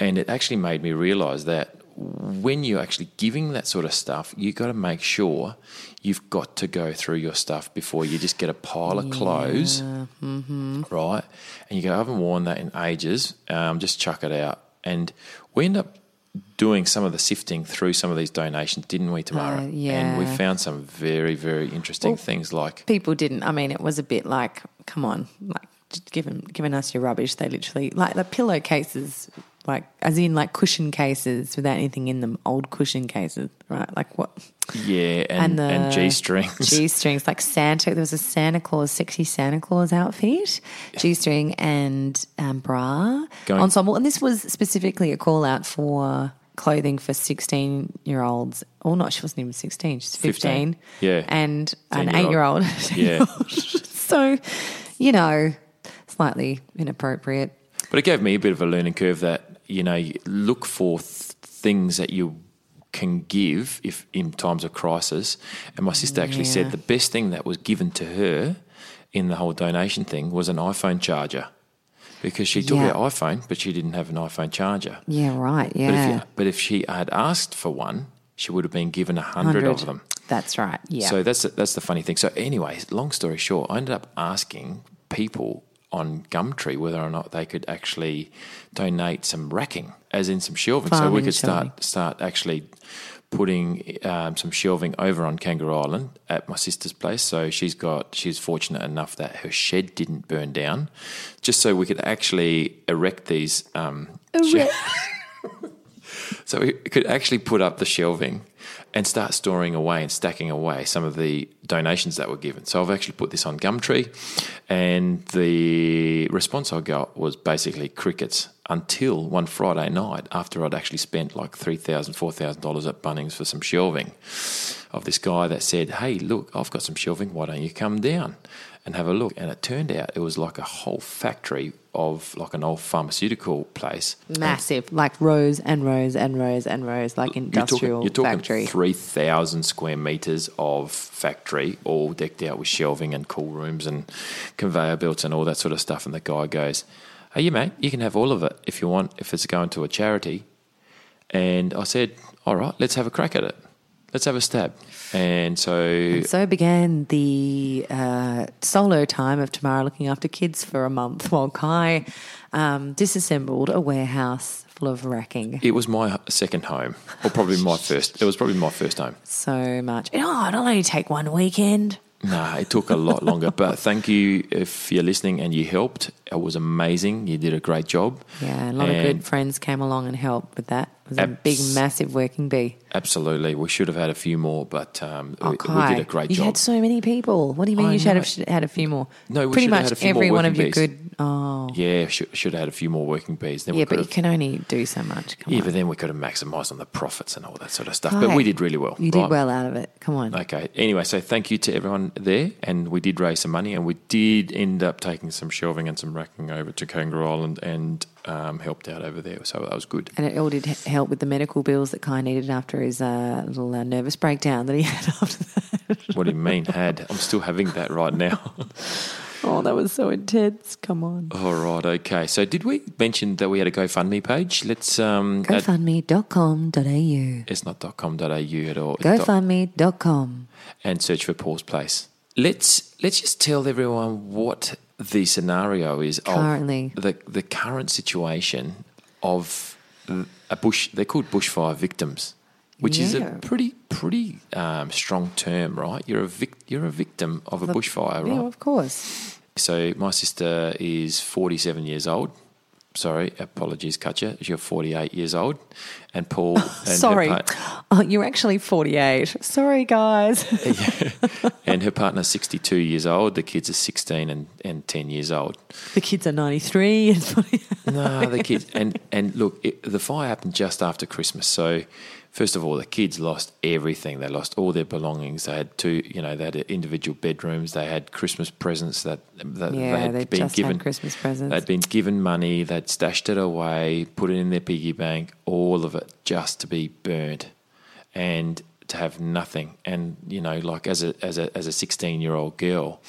[SPEAKER 2] And it actually made me realize that when you're actually giving that sort of stuff, you got to make sure you've got to go through your stuff before you just get a pile of clothes right? And you go, I haven't worn that in ages. Um, just chuck it out. And we end up doing some of the sifting through some of these donations, didn't we, Tamara?
[SPEAKER 1] Uh, yeah.
[SPEAKER 2] And we found some very, very interesting things like
[SPEAKER 1] People didn't. I mean, it was a bit like, come on, like just giving giving us your rubbish. They literally like the pillowcases, like as in like cushion cases without anything in them, old cushion cases, right? Like what?
[SPEAKER 2] yeah, and,
[SPEAKER 1] and the
[SPEAKER 2] and G strings.
[SPEAKER 1] G strings, like Santa. There was a Santa Claus, sexy Santa Claus outfit, G string and um, bra
[SPEAKER 2] Going-
[SPEAKER 1] ensemble. And this was specifically a call out for clothing for 16 year olds. Oh, no, she wasn't even 16, she's 15.
[SPEAKER 2] 15, yeah.
[SPEAKER 1] And an
[SPEAKER 2] 10-year-old.
[SPEAKER 1] eight year old.
[SPEAKER 2] Yeah.
[SPEAKER 1] so, you know, slightly inappropriate.
[SPEAKER 2] But it gave me a bit of a learning curve that you know you look for th- things that you can give if in times of crisis. And my sister actually
[SPEAKER 1] Yeah.
[SPEAKER 2] said the best thing that was given to her in the whole donation thing was an iPhone charger because she took
[SPEAKER 1] Yeah.
[SPEAKER 2] her iPhone, but she didn't have an iPhone charger.
[SPEAKER 1] Yeah, right.
[SPEAKER 2] But, if
[SPEAKER 1] Yeah.
[SPEAKER 2] you, but if she had asked for one, she would have been given a hundred of them.
[SPEAKER 1] That's right. Yeah.
[SPEAKER 2] So that's that's the funny thing. So anyway, long story short, I ended up asking people on Gumtree whether or not they could actually donate some racking, as in some shelving, so we
[SPEAKER 1] Farming
[SPEAKER 2] could
[SPEAKER 1] shelving.
[SPEAKER 2] start start actually putting um, some shelving over on Kangaroo Island at my sister's place. So she's got she's fortunate enough that her shed didn't burn down, just so we could actually erect these um,
[SPEAKER 1] Erect.
[SPEAKER 2] so we could actually put up the shelving and start storing away and stacking away some of the donations that were given. So I've actually put this on Gumtree, and the response I got was basically crickets until one Friday night after I'd actually spent like $3,000, $4,000 at Bunnings for some shelving of this guy that said, Hey, look, I've got some shelving. Why don't you come down and have a look? And it turned out it was like a whole factory of like an old pharmaceutical place.
[SPEAKER 1] Massive, like rows and rows and rows and rows, like industrial
[SPEAKER 2] you're talking,
[SPEAKER 1] factory.
[SPEAKER 2] Three thousand square meters of factory, all decked out with shelving and cool rooms and conveyor belts and all that sort of stuff. And the guy goes, "Hey, you mate, you can have all of it if you want, if it's going to a charity." And I said, "All right, let's have a crack at it. Let's have a stab." And so
[SPEAKER 1] So began the uh, solo time of Tamara looking after kids for a month while Kai um, disassembled a warehouse full of racking.
[SPEAKER 2] it was my second home, or probably my first. It was probably my first home.
[SPEAKER 1] So much. Oh, it'll only take one weekend.
[SPEAKER 2] Nah, it took a lot longer, but thank you if you're listening and you helped. It was amazing. You did a great job.
[SPEAKER 1] Yeah, a lot of
[SPEAKER 2] And
[SPEAKER 1] good friends came along and helped with that. It was a
[SPEAKER 2] Abs-
[SPEAKER 1] big, massive working bee.
[SPEAKER 2] Absolutely, we should have had a few more, but um, we, we
[SPEAKER 1] Oh, Kai,
[SPEAKER 2] did a great
[SPEAKER 1] you
[SPEAKER 2] job.
[SPEAKER 1] had so many people. What do you mean
[SPEAKER 2] I
[SPEAKER 1] you should
[SPEAKER 2] know.
[SPEAKER 1] have should have had a few more?
[SPEAKER 2] No, we
[SPEAKER 1] pretty
[SPEAKER 2] should have
[SPEAKER 1] much
[SPEAKER 2] had a few
[SPEAKER 1] every
[SPEAKER 2] more
[SPEAKER 1] one of
[SPEAKER 2] working
[SPEAKER 1] your good. Oh,
[SPEAKER 2] yeah, should, should have had a few more working bees. Then
[SPEAKER 1] yeah,
[SPEAKER 2] we could
[SPEAKER 1] but you
[SPEAKER 2] have,
[SPEAKER 1] can only do so much. Come
[SPEAKER 2] yeah,
[SPEAKER 1] on.
[SPEAKER 2] but then we could have maximised on the profits and all that sort of stuff. But we
[SPEAKER 1] Kai,
[SPEAKER 2] did really well.
[SPEAKER 1] You
[SPEAKER 2] right?
[SPEAKER 1] did well out of it. Come on.
[SPEAKER 2] Okay. Anyway, so thank you to everyone there, and we did raise some money, and we did end up taking some shelving and some racking over to Kangaroo Island and um, helped out over there. So that was good.
[SPEAKER 1] And it all did he- help with the medical bills that Kai needed after his uh, little uh, nervous breakdown that he had after that.
[SPEAKER 2] What do you mean had? I'm still having that right now.
[SPEAKER 1] Oh, that was so intense. Come on.
[SPEAKER 2] All right, okay. So did we mention that we had a GoFundMe page? Let's um at-
[SPEAKER 1] GoFundMe.com.au.
[SPEAKER 2] it's not .com.au at all. It's dot-
[SPEAKER 1] GoFundMe.com.
[SPEAKER 2] and search for Paul's Place. Let's let's just tell everyone what the scenario is
[SPEAKER 1] Currently.
[SPEAKER 2] of the the current situation of a bush. They're called bushfire victims, which is
[SPEAKER 1] Yeah.
[SPEAKER 2] a pretty pretty um, strong term, right? You're a vic- you're a victim of a bushfire, right?
[SPEAKER 1] Yeah, of course.
[SPEAKER 2] So my sister is 47 years old. Sorry, apologies, Katja. You're 48 years old, and Paul. and uh, her
[SPEAKER 1] Sorry.
[SPEAKER 2] part-
[SPEAKER 1] Oh, you're actually 48. Sorry, guys.
[SPEAKER 2] and her partner's 62 years old. The kids are 16 and, and 10 years old.
[SPEAKER 1] the kids are 93 and 48.
[SPEAKER 2] No, the kids. And, and look, it, the fire happened just after Christmas. So, first of all, the kids lost everything. They lost all their belongings. They had two, you know, they had individual bedrooms. They had Christmas presents that, that
[SPEAKER 1] Yeah,
[SPEAKER 2] they had
[SPEAKER 1] they
[SPEAKER 2] been
[SPEAKER 1] just had
[SPEAKER 2] given.
[SPEAKER 1] Christmas presents.
[SPEAKER 2] They'd been given money. They'd stashed it away, put it in their piggy bank, all of it just to be burnt. and to have nothing and you know like as a as a as a 16 year old girl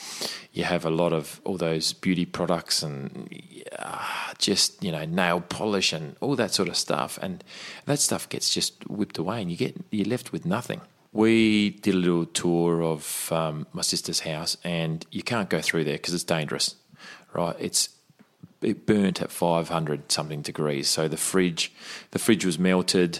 [SPEAKER 2] you have a lot of all those beauty products and ah, just you know nail polish and all that sort of stuff and that stuff gets just whipped away and you get you're left with nothing we did a little tour of um, my sister's house and you can't go through there because it's dangerous right it's it burnt at 500 something degrees. So the fridge, the fridge was melted.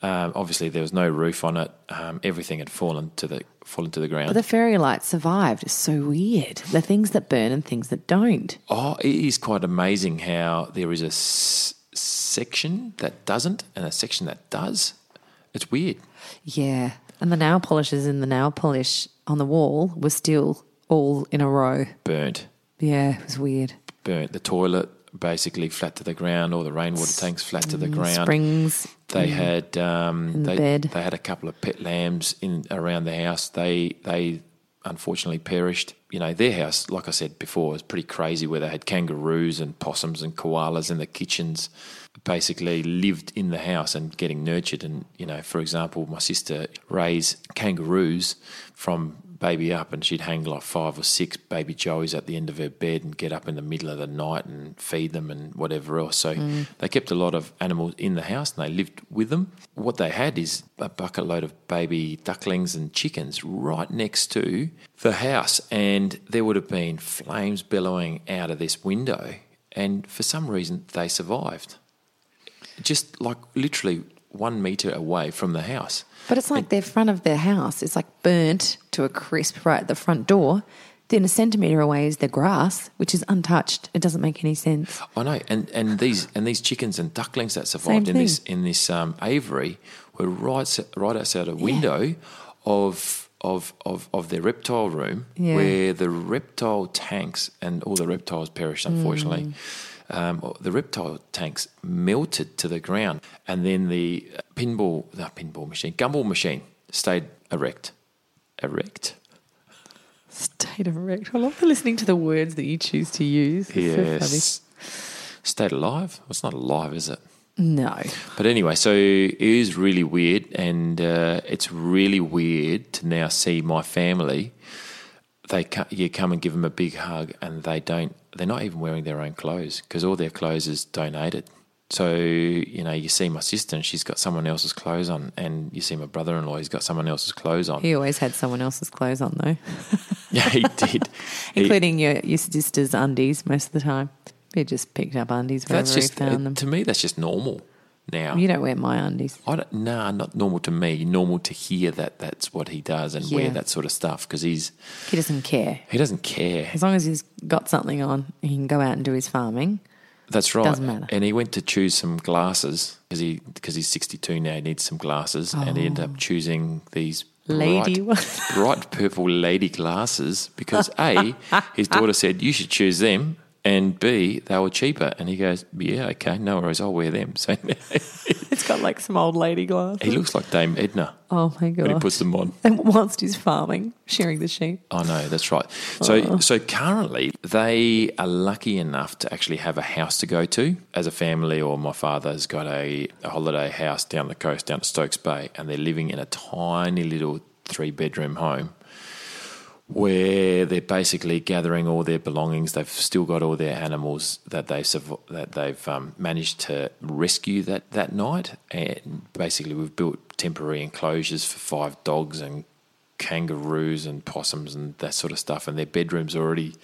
[SPEAKER 2] Um, obviously, there was no roof on it. Um, everything had fallen to the fallen to the ground.
[SPEAKER 1] The fairy light survived. It's so weird. The things that burn and things that don't.
[SPEAKER 2] oh, it is quite amazing how there is a s- section that doesn't and a section that does. It's weird.
[SPEAKER 1] Yeah. And the nail polishes in the nail polish on the wall were still all in a row.
[SPEAKER 2] Burnt,
[SPEAKER 1] Yeah, it was weird.
[SPEAKER 2] burnt. The toilet basically flat to the ground. All the rainwater tanks flat to
[SPEAKER 1] Mm,
[SPEAKER 2] the ground.
[SPEAKER 1] Springs.
[SPEAKER 2] They had um,
[SPEAKER 1] Mm. the
[SPEAKER 2] they,
[SPEAKER 1] bed.
[SPEAKER 2] they had a couple of pet lambs in around the house. They they unfortunately perished. You know, their house, like I said before, was pretty crazy where they had kangaroos and possums and koalas in the kitchens. Basically lived in the house and getting nurtured and, you know, for example, my sister raised kangaroos from baby up and she'd hang like five or six baby joeys at the end of her bed and get up in the middle of the night and feed them and whatever else so they kept a lot of animals in the house and they lived with them what they had is a bucket load of baby ducklings and chickens right next to the house and there would have been flames billowing out of this window and for some reason they survived just like literally one meter away from the house
[SPEAKER 1] But it's like their front of their house is like burnt to a crisp right at the front door. Then a centimetre away is the grass, which is untouched. It doesn't make any sense.
[SPEAKER 2] I know, and, and these and these chickens and ducklings that survived in
[SPEAKER 1] thing.
[SPEAKER 2] this in this um, aviary were right s- right outside a window of, of of of their reptile room
[SPEAKER 1] Yeah.
[SPEAKER 2] where the reptile tanks and all the reptiles perished unfortunately.
[SPEAKER 1] Mm.
[SPEAKER 2] Um, the reptile tanks melted to the ground, and then the pinball, not pinball machine, gumball machine stayed erect, erect.
[SPEAKER 1] State of wreck. I love the listening to the words that you choose to use. It's so funny.
[SPEAKER 2] Yes, stayed alive. Well, it's not alive, is it?
[SPEAKER 1] no.
[SPEAKER 2] But anyway, so it is really weird, and uh, it's really weird to now see my family. They co- you come and give them a big hug, and they don't. They're not even wearing their own clothes because all their clothes is donated. So you know, you see my sister, and she's got someone else's clothes on, and you see my brother-in-law, he's got someone else's clothes on.
[SPEAKER 1] He always had someone else's clothes on, though,
[SPEAKER 2] Yeah, he did. He-
[SPEAKER 1] including your, your sister's undies most of the time. He just picked up undies wherever
[SPEAKER 2] that's just
[SPEAKER 1] he found them.
[SPEAKER 2] to me. That's just normal now.
[SPEAKER 1] You don't wear my undies.
[SPEAKER 2] I don't, nah, not normal to me. Normal to hear that that's what he does and wear
[SPEAKER 1] Yeah.
[SPEAKER 2] that sort of stuff because he's
[SPEAKER 1] He doesn't care.
[SPEAKER 2] He doesn't care.
[SPEAKER 1] As long as he's got something on, he can go out and do his farming.
[SPEAKER 2] That's right.
[SPEAKER 1] Doesn't matter.
[SPEAKER 2] And he went to choose some glasses because he because he's sixty two now. He needs some glasses, and he ended up choosing these
[SPEAKER 1] Oh. Lady
[SPEAKER 2] bright,
[SPEAKER 1] ones.
[SPEAKER 2] bright purple lady glasses because a his daughter said you should choose them, and b they were cheaper. And he goes, yeah, okay, no worries, I'll wear them. So
[SPEAKER 1] It's got like some old lady glasses.
[SPEAKER 2] he looks like Dame Edna
[SPEAKER 1] oh my
[SPEAKER 2] when he
[SPEAKER 1] god!
[SPEAKER 2] puts them on.
[SPEAKER 1] and whilst he's farming, shearing the sheep.
[SPEAKER 2] I know Oh, that's right. So, so currently they are lucky enough to actually have a house to go to as a family. Or my father's got a, a holiday house down the coast, down to Stokes Bay, and they're living in a tiny little three bedroom home where they're basically gathering all their belongings. They've still got all their animals that they surv- that they've um, managed to rescue that that night. And basically, we've built temporary enclosures for five dogs and kangaroos and possums and that sort of stuff. And their bedrooms are already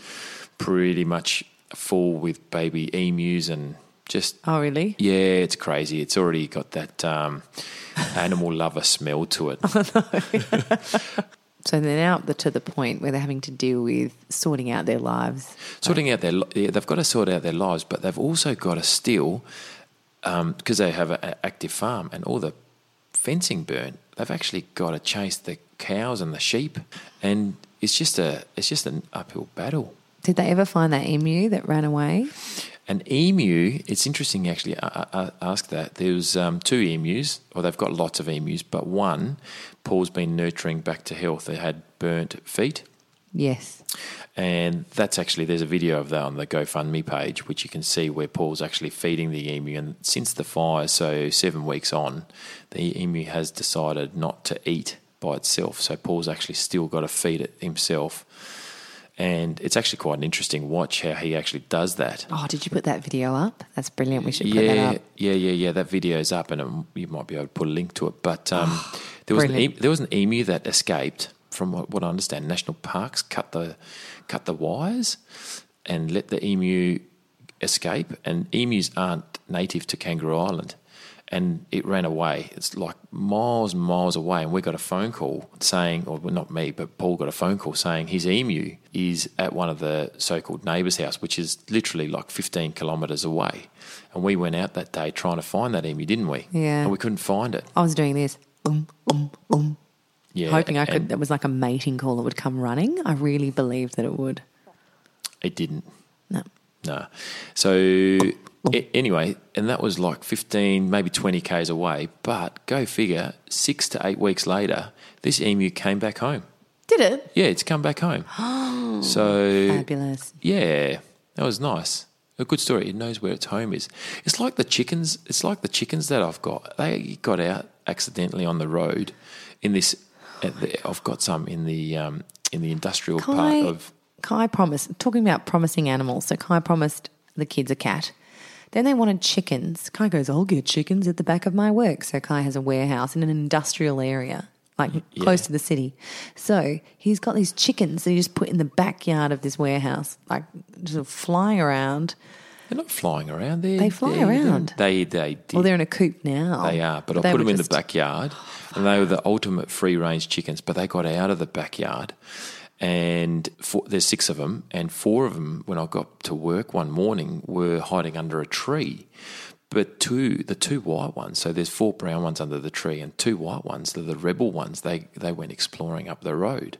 [SPEAKER 2] pretty much full with baby emus and just
[SPEAKER 1] Oh, really?
[SPEAKER 2] yeah, it's crazy. It's already got that um, animal lover smell to it.
[SPEAKER 1] So they're now up to the point where they're having to deal with sorting out their lives.
[SPEAKER 2] sorting out their li- yeah, they've got to sort out their lives, but they've also got to still because they have an active farm and all the fencing burnt. They've actually got to chase the cows and the sheep, and it's just a it's just an uphill battle.
[SPEAKER 1] Did they ever find that emu that ran away?
[SPEAKER 2] An emu. It's interesting actually. I, I, I ask that. There's um, two emus, or they've got lots of emus, but one Paul's been nurturing back to health. They had burnt feet.
[SPEAKER 1] Yes.
[SPEAKER 2] And that's actually there's a video of that on the GoFundMe page, which you can see where Paul's actually feeding the emu. And since the fire, so seven weeks on, the emu has decided not to eat by itself. So Paul's actually still got to feed it himself. And it's actually quite an interesting watch how he actually does that.
[SPEAKER 1] Oh, did you put that video up? That's brilliant. We should put
[SPEAKER 2] Yeah,
[SPEAKER 1] that up.
[SPEAKER 2] yeah, yeah, yeah. That video's up, and it, you might be able to put a link to it. But um, there was an em-
[SPEAKER 1] Oh, brilliant.
[SPEAKER 2] there was an emu that escaped from what, what I understand. National parks cut the cut the wires and let the emu escape. And emus aren't native to Kangaroo Island, and it ran away. It's like miles and miles away, and we got a phone call saying, or well, not me, but Paul got a phone call saying his emu is at one of the so-called neighbours' house, which is literally like 15 kilometres away. And we went out that day trying to find that emu, didn't we?
[SPEAKER 1] Yeah.
[SPEAKER 2] And we couldn't find it.
[SPEAKER 1] I was doing this, um, um, um,
[SPEAKER 2] Yeah.
[SPEAKER 1] hoping I could.
[SPEAKER 2] and
[SPEAKER 1] That was like a mating call that would come running. I really believed that it would.
[SPEAKER 2] It didn't.
[SPEAKER 1] No.
[SPEAKER 2] No. So a- anyway, and that was like 15, maybe 20 Ks away. But go figure, six to eight weeks later, this emu came back home.
[SPEAKER 1] Did it?
[SPEAKER 2] Yeah, it's come back home. so
[SPEAKER 1] Fabulous.
[SPEAKER 2] yeah, that was nice. A good story. It knows where its home is. It's like the chickens. It's like the chickens that I've got. They got out accidentally on the road. In this, at the, I've got some in the um, in the industrial
[SPEAKER 1] Kai,
[SPEAKER 2] part of.
[SPEAKER 1] Kai promised, talking about promising animals. So Kai promised the kids a cat. Then they wanted chickens. Kai goes, I'll get chickens at the back of my work. So Kai has a warehouse in an industrial area, like close to the city. So he's got these chickens that he just put in the backyard of this warehouse, like just flying around.
[SPEAKER 2] They're not flying around. They
[SPEAKER 1] They fly
[SPEAKER 2] they-
[SPEAKER 1] around.
[SPEAKER 2] They they did.
[SPEAKER 1] Well, they're in a coop now.
[SPEAKER 2] They are, but, I
[SPEAKER 1] they
[SPEAKER 2] put them
[SPEAKER 1] were
[SPEAKER 2] in the
[SPEAKER 1] just-
[SPEAKER 2] backyard, and they were the ultimate free range chickens. But they got out of the backyard, and four, there's six of them, and four of them, when I got to work one morning, were hiding under a tree. But two, the two white ones. So there's four brown ones under the tree, and two white ones. They're the rebel ones. They they went exploring up the road,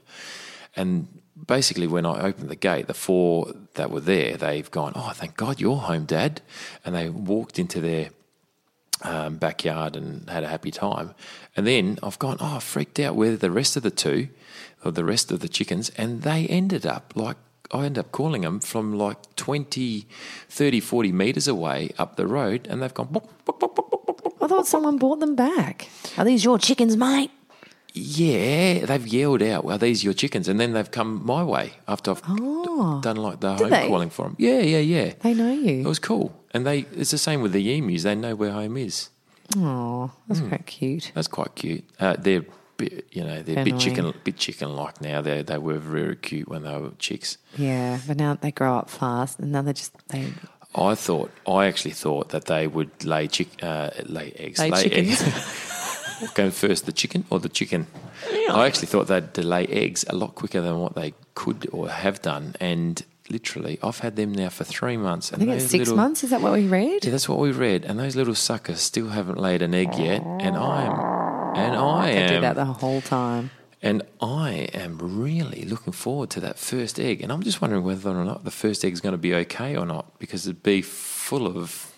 [SPEAKER 2] and basically, when I opened the gate, the four that were there, they've gone, Oh, thank God you're home, Dad. And they walked into their um, backyard and had a happy time. And then I've gone, Oh, I freaked out with the rest of the two, or the rest of the chickens. And they ended up like, I ended up calling them from like 20, 30, 40 meters away up the road, and they've gone, "Boop, boop, boop, boop, boop, boop, boop."
[SPEAKER 1] I thought someone bought them back. Are these your chickens, mate?
[SPEAKER 2] Yeah, they've yelled out, "Are these your chickens?" And then they've come my way after I've d- done like the home
[SPEAKER 1] they?
[SPEAKER 2] calling for them. Yeah, yeah, yeah.
[SPEAKER 1] They know
[SPEAKER 2] It
[SPEAKER 1] you.
[SPEAKER 2] was cool, and they—it's the same with the emus. They know where home is.
[SPEAKER 1] Oh, that's
[SPEAKER 2] Hmm.
[SPEAKER 1] quite cute.
[SPEAKER 2] That's quite cute. Uh, they're, bit, you know, they're a bit
[SPEAKER 1] Annoying.
[SPEAKER 2] chicken, bit chicken-like now. They they were very cute when they were chicks.
[SPEAKER 1] Yeah, but now they grow up fast, and now they just they
[SPEAKER 2] I thought, I actually thought that they would lay chick, uh, lay eggs,
[SPEAKER 1] Lay chickens.
[SPEAKER 2] eggs. Go first, the chicken or the chicken? I actually thought they'd lay eggs a lot quicker than what they could or have done, and literally, I've had them now for three months. And
[SPEAKER 1] I think it's
[SPEAKER 2] those
[SPEAKER 1] six
[SPEAKER 2] little-
[SPEAKER 1] months. Is that what we read?
[SPEAKER 2] Yeah, that's what we read, and those little suckers still haven't laid an egg yet, and I am, and I
[SPEAKER 1] They
[SPEAKER 2] am.
[SPEAKER 1] do that the whole time.
[SPEAKER 2] And I am really looking forward to that first egg. And I'm just wondering whether or not the first egg is going to be okay or not because it'd be full of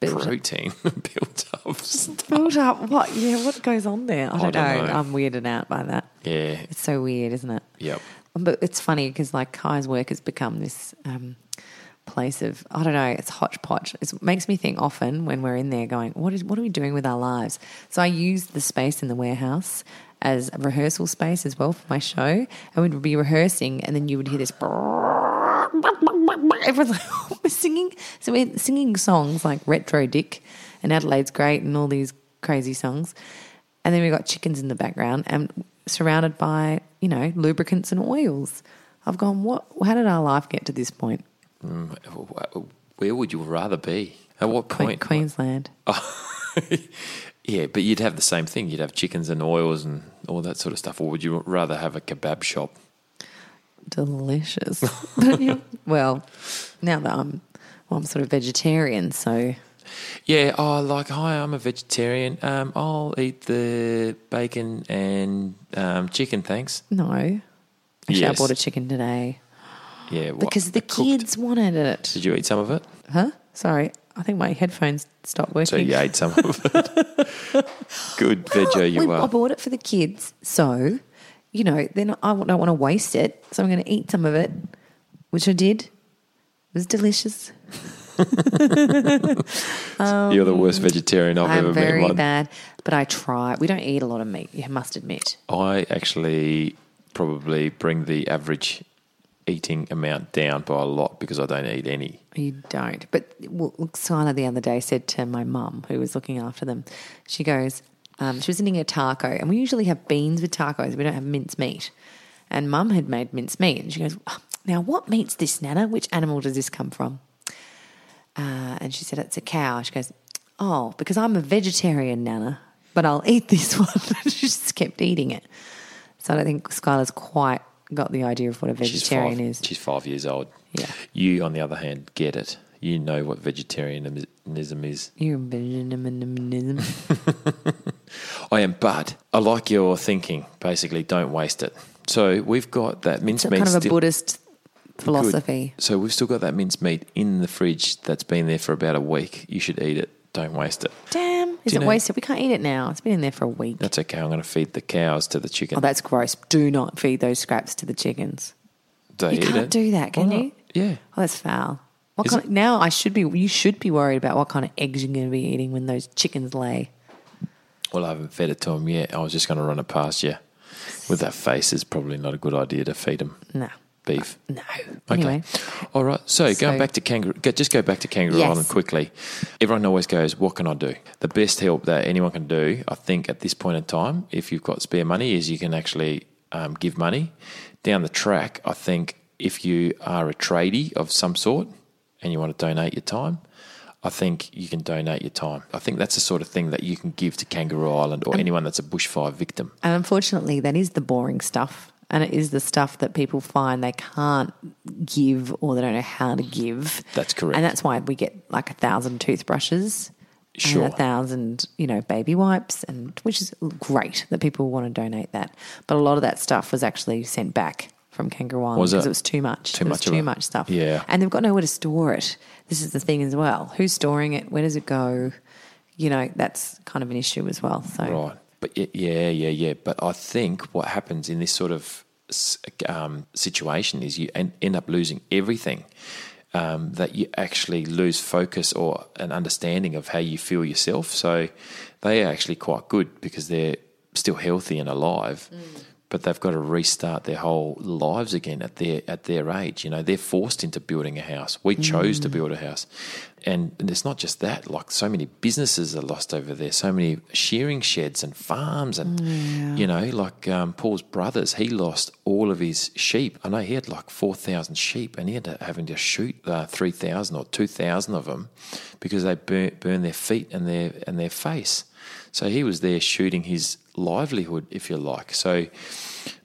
[SPEAKER 1] Built up.
[SPEAKER 2] protein built up. stuff.
[SPEAKER 1] Build up. What? Yeah. What goes on there? I don't,
[SPEAKER 2] don't
[SPEAKER 1] know.
[SPEAKER 2] know.
[SPEAKER 1] I'm weirded out by that.
[SPEAKER 2] Yeah.
[SPEAKER 1] It's so weird, isn't it?
[SPEAKER 2] Yep.
[SPEAKER 1] But it's funny because like Kai's work has become this um, place of I don't know. It's hodgepodge. It's, it makes me think often when we're in there going, what is what are we doing with our lives? So I use the space in the warehouse as a rehearsal space as well for my show. And we'd be rehearsing, and then you would hear this. Everyone's like, we're singing. So we're singing songs like Retro Dick and Adelaide's Great and all these crazy songs. And then we got chickens in the background and surrounded by, you know, lubricants and oils. I've gone, what? How did our life get to this point?
[SPEAKER 2] Oh, Where would you rather be? At what
[SPEAKER 1] Que-
[SPEAKER 2] point?
[SPEAKER 1] Queensland.
[SPEAKER 2] Yeah, but you'd have the same thing. You'd have chickens and oils and all that sort of stuff. Or would you rather have a kebab shop?
[SPEAKER 1] delicious. But yeah, well, now that I'm, well, I'm sort of vegetarian, so
[SPEAKER 2] Yeah, oh, like, hi, I'm a vegetarian. Um, I'll eat the bacon and um, chicken, thanks.
[SPEAKER 1] no. Actually, I
[SPEAKER 2] Yes.
[SPEAKER 1] bought a chicken today
[SPEAKER 2] Yeah, what-
[SPEAKER 1] because the
[SPEAKER 2] a cooked-
[SPEAKER 1] kids wanted it.
[SPEAKER 2] Did you eat some of it?
[SPEAKER 1] Huh? Sorry, I think my headphones stopped working.
[SPEAKER 2] So you ate some of it. Good
[SPEAKER 1] Oh,
[SPEAKER 2] veggie you
[SPEAKER 1] we- I
[SPEAKER 2] are.
[SPEAKER 1] bought it for the kids, so you know, then I don't want to waste it, so I'm going to eat some of it, which I did. It was delicious.
[SPEAKER 2] You're the worst vegetarian I've
[SPEAKER 1] I'm
[SPEAKER 2] ever
[SPEAKER 1] very
[SPEAKER 2] met. One.
[SPEAKER 1] bad, but I try. We don't eat a lot of meat. You must admit.
[SPEAKER 2] I actually probably bring the average eating amount down by a lot because I don't eat any.
[SPEAKER 1] You don't. But well, look, Skylar the other day said to my mum, who was looking after them, she goes, um, she was eating a taco, and we usually have beans with tacos. We don't have minced meat. And mum had made minced meat, and she goes, "Oh, now what meat's this, Nana? Which animal does this come from? Uh, and she said, it's a cow. She goes, oh, because I'm a vegetarian, Nana, but I'll eat this one. she just kept eating it. So I don't think Skylar's quite got the idea of what a vegetarian
[SPEAKER 2] she's five,
[SPEAKER 1] is.
[SPEAKER 2] She's five years old.
[SPEAKER 1] Yeah.
[SPEAKER 2] You, on the other hand, get it. You know what vegetarianism is.
[SPEAKER 1] You're a vegetarianism.
[SPEAKER 2] I am, but I like your thinking. Basically, don't waste it. So we've got that mince
[SPEAKER 1] It's
[SPEAKER 2] meat.
[SPEAKER 1] kind of a
[SPEAKER 2] still-
[SPEAKER 1] Buddhist
[SPEAKER 2] good.
[SPEAKER 1] philosophy.
[SPEAKER 2] So we've still got that mince meat in the fridge that's been there for about a week. You should eat it. Don't waste it.
[SPEAKER 1] Damn, is
[SPEAKER 2] you
[SPEAKER 1] it
[SPEAKER 2] know-
[SPEAKER 1] wasted? We can't eat it now. It's been in there for a week.
[SPEAKER 2] That's okay. I'm going to feed the cows to the chicken.
[SPEAKER 1] Oh, that's gross. Do not feed those scraps to the chickens.
[SPEAKER 2] They
[SPEAKER 1] You
[SPEAKER 2] eat
[SPEAKER 1] can't
[SPEAKER 2] it.
[SPEAKER 1] do that, can
[SPEAKER 2] Why not?
[SPEAKER 1] you?
[SPEAKER 2] Yeah.
[SPEAKER 1] Oh, that's foul. What
[SPEAKER 2] Is
[SPEAKER 1] kind
[SPEAKER 2] it-
[SPEAKER 1] of, now I should be you should be worried about what kind of eggs you're going to be eating when those chickens lay.
[SPEAKER 2] Well, I haven't fed it to them yet. I was just going to run it past you. With that face, it's probably not a good idea to feed them
[SPEAKER 1] No.
[SPEAKER 2] beef.
[SPEAKER 1] Uh, No.
[SPEAKER 2] Okay.
[SPEAKER 1] Anyway,
[SPEAKER 2] All right. So,
[SPEAKER 1] So-
[SPEAKER 2] going back to kangaroo, go- just go back to Kangaroo
[SPEAKER 1] Yes.
[SPEAKER 2] Island quickly. Everyone always goes, "What can I do?" The best help that anyone can do, I think, at this point in time, if you've got spare money, is you can actually um, give money. Down the track, I think if you are a tradie of some sort and you want to donate your time. I think you can donate your time. I think that's the sort of thing that you can give to Kangaroo Island or anyone that's a bushfire victim.
[SPEAKER 1] and unfortunately that is the boring stuff and it is the stuff that people find they can't give or they don't know how to give.
[SPEAKER 2] That's correct.
[SPEAKER 1] And that's why we get like a thousand toothbrushes.
[SPEAKER 2] Sure.
[SPEAKER 1] and a thousand, you know, baby wipes, and which is great that people want to donate that. But a lot of that stuff was actually sent back from Kangaroo Island
[SPEAKER 2] Was
[SPEAKER 1] because
[SPEAKER 2] it?
[SPEAKER 1] it was too much.
[SPEAKER 2] Too
[SPEAKER 1] It was
[SPEAKER 2] much of
[SPEAKER 1] too
[SPEAKER 2] it.
[SPEAKER 1] much stuff.
[SPEAKER 2] Yeah.
[SPEAKER 1] and they've got nowhere to store it. This is the thing as well. Who's storing it? Where does it go? You know, that's kind of an issue as well. So
[SPEAKER 2] Right. But y- yeah, yeah, yeah. But I think what happens in this sort of s- um, situation is you en- end up losing everything. Um, that you actually lose focus or an understanding of how you feel yourself. So they are actually quite good because they're still healthy and alive, but they've got to restart their whole lives again at their at their age. You know, they're forced into building a house. We chose to build a house, and, and it's not just that. Like so many businesses are lost over there. So many shearing sheds and farms, and you know, like um, Paul's brothers, he lost all of his sheep. I know he had like four thousand sheep, and he ended up having to shoot uh, three thousand or two thousand of them because they burn, burn their feet and their and their face. So he was there shooting his livelihood, if you like. So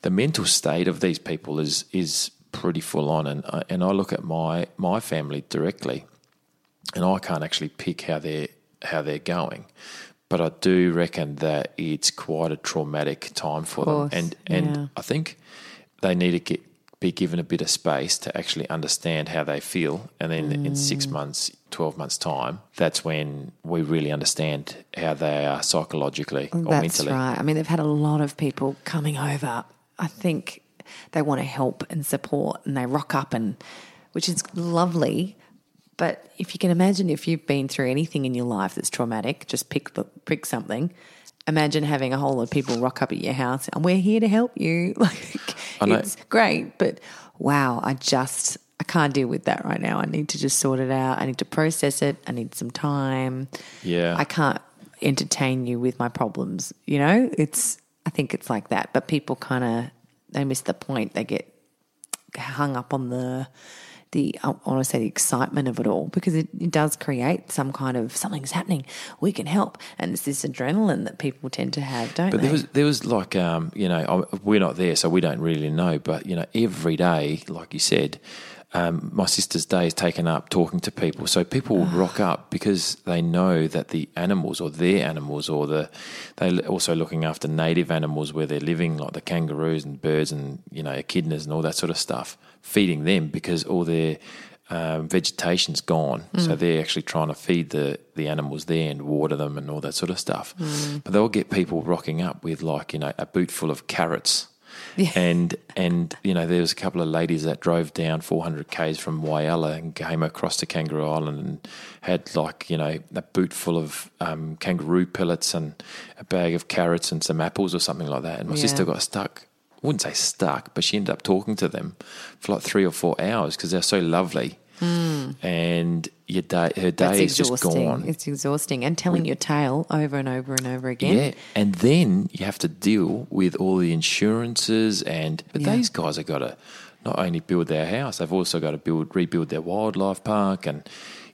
[SPEAKER 2] the mental state of these people is is pretty full on, and I- and I look at my my family directly, and I can't actually pick how they're how they're going, but I do reckon that it's quite a traumatic time for
[SPEAKER 1] course,
[SPEAKER 2] them, and and
[SPEAKER 1] yeah.
[SPEAKER 2] I think they need to get be given a bit of space to actually understand how they feel and then in
[SPEAKER 1] Mm.
[SPEAKER 2] 6 months 12 months time that's when we really understand how they are psychologically or
[SPEAKER 1] Oh, That's
[SPEAKER 2] mentally
[SPEAKER 1] right. I mean, they've had a lot of people coming over. I think they want to help and support, and they rock up, and which is lovely. But if you can imagine, if you've been through anything in your life that's traumatic, just pick the pick something. imagine having a whole lot of people rock up at your house and we're here to help you. Like,
[SPEAKER 2] I know.
[SPEAKER 1] it's great, but wow, I just I can't deal with that right now. I need to just sort it out. I need to process it. I need some time.
[SPEAKER 2] Yeah.
[SPEAKER 1] I can't entertain you with my problems. You know, it's I think it's like that. But people kind of they miss the point. They get hung up on the the I want to say the excitement of it all because it, it does create some kind of something's happening. We can help, and it's this adrenaline that people tend to have, don't
[SPEAKER 2] But
[SPEAKER 1] they?
[SPEAKER 2] there was there was like um, you know I, we're not there, so we don't really know. But you know, every day, like you said, um, my sister's day is taken up talking to people. So people
[SPEAKER 1] Ah.
[SPEAKER 2] rock up because they know that the animals or their animals or the they l- also looking after native animals where they're living, like the kangaroos and birds and you know echidnas and all that sort of stuff, feeding them because all their um, vegetation's gone, so they're actually trying to feed the the animals there and water them and all that sort of stuff. But they'll get people rocking up with like you know a boot full of carrots, and and you know there was a couple of ladies that drove down 400 k's from Wyala and came across to Kangaroo Island and had like you know a boot full of um, kangaroo pellets and a bag of carrots and some apples or something like that. And my
[SPEAKER 1] Yeah.
[SPEAKER 2] sister got stuck I wouldn't say stuck, but she ended up talking to them for like three or four hours because they're so lovely. And your day, her
[SPEAKER 1] Hmm. That's
[SPEAKER 2] day is just
[SPEAKER 1] exhausting.
[SPEAKER 2] gone.
[SPEAKER 1] It's exhausting, and telling your tale over and over and over again.
[SPEAKER 2] yeah, and then you have to deal with all the insurances and. But
[SPEAKER 1] Yeah.
[SPEAKER 2] these guys have got to not only build their house, they've also got to build rebuild their wildlife park and.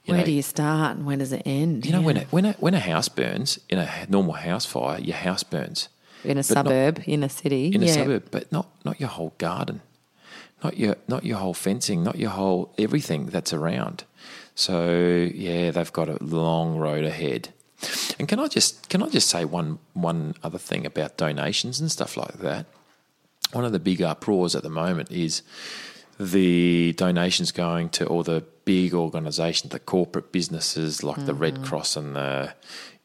[SPEAKER 2] You
[SPEAKER 1] Where
[SPEAKER 2] know,
[SPEAKER 1] do you start, and when does it end?
[SPEAKER 2] you know
[SPEAKER 1] Yeah.
[SPEAKER 2] when a, when a, when a house burns in a h- normal house fire, your house burns.
[SPEAKER 1] in a
[SPEAKER 2] but not-
[SPEAKER 1] suburb, in a city,
[SPEAKER 2] in
[SPEAKER 1] yeah.
[SPEAKER 2] a suburb, but not not your whole garden, not your not your whole fencing, not your whole everything that's around. So yeah, they've got a long road ahead. And can I just can I just say one one other thing about donations and stuff like that? One of the big uproars at the moment is the donations going to all the big organisations, the corporate businesses like the Red Cross and the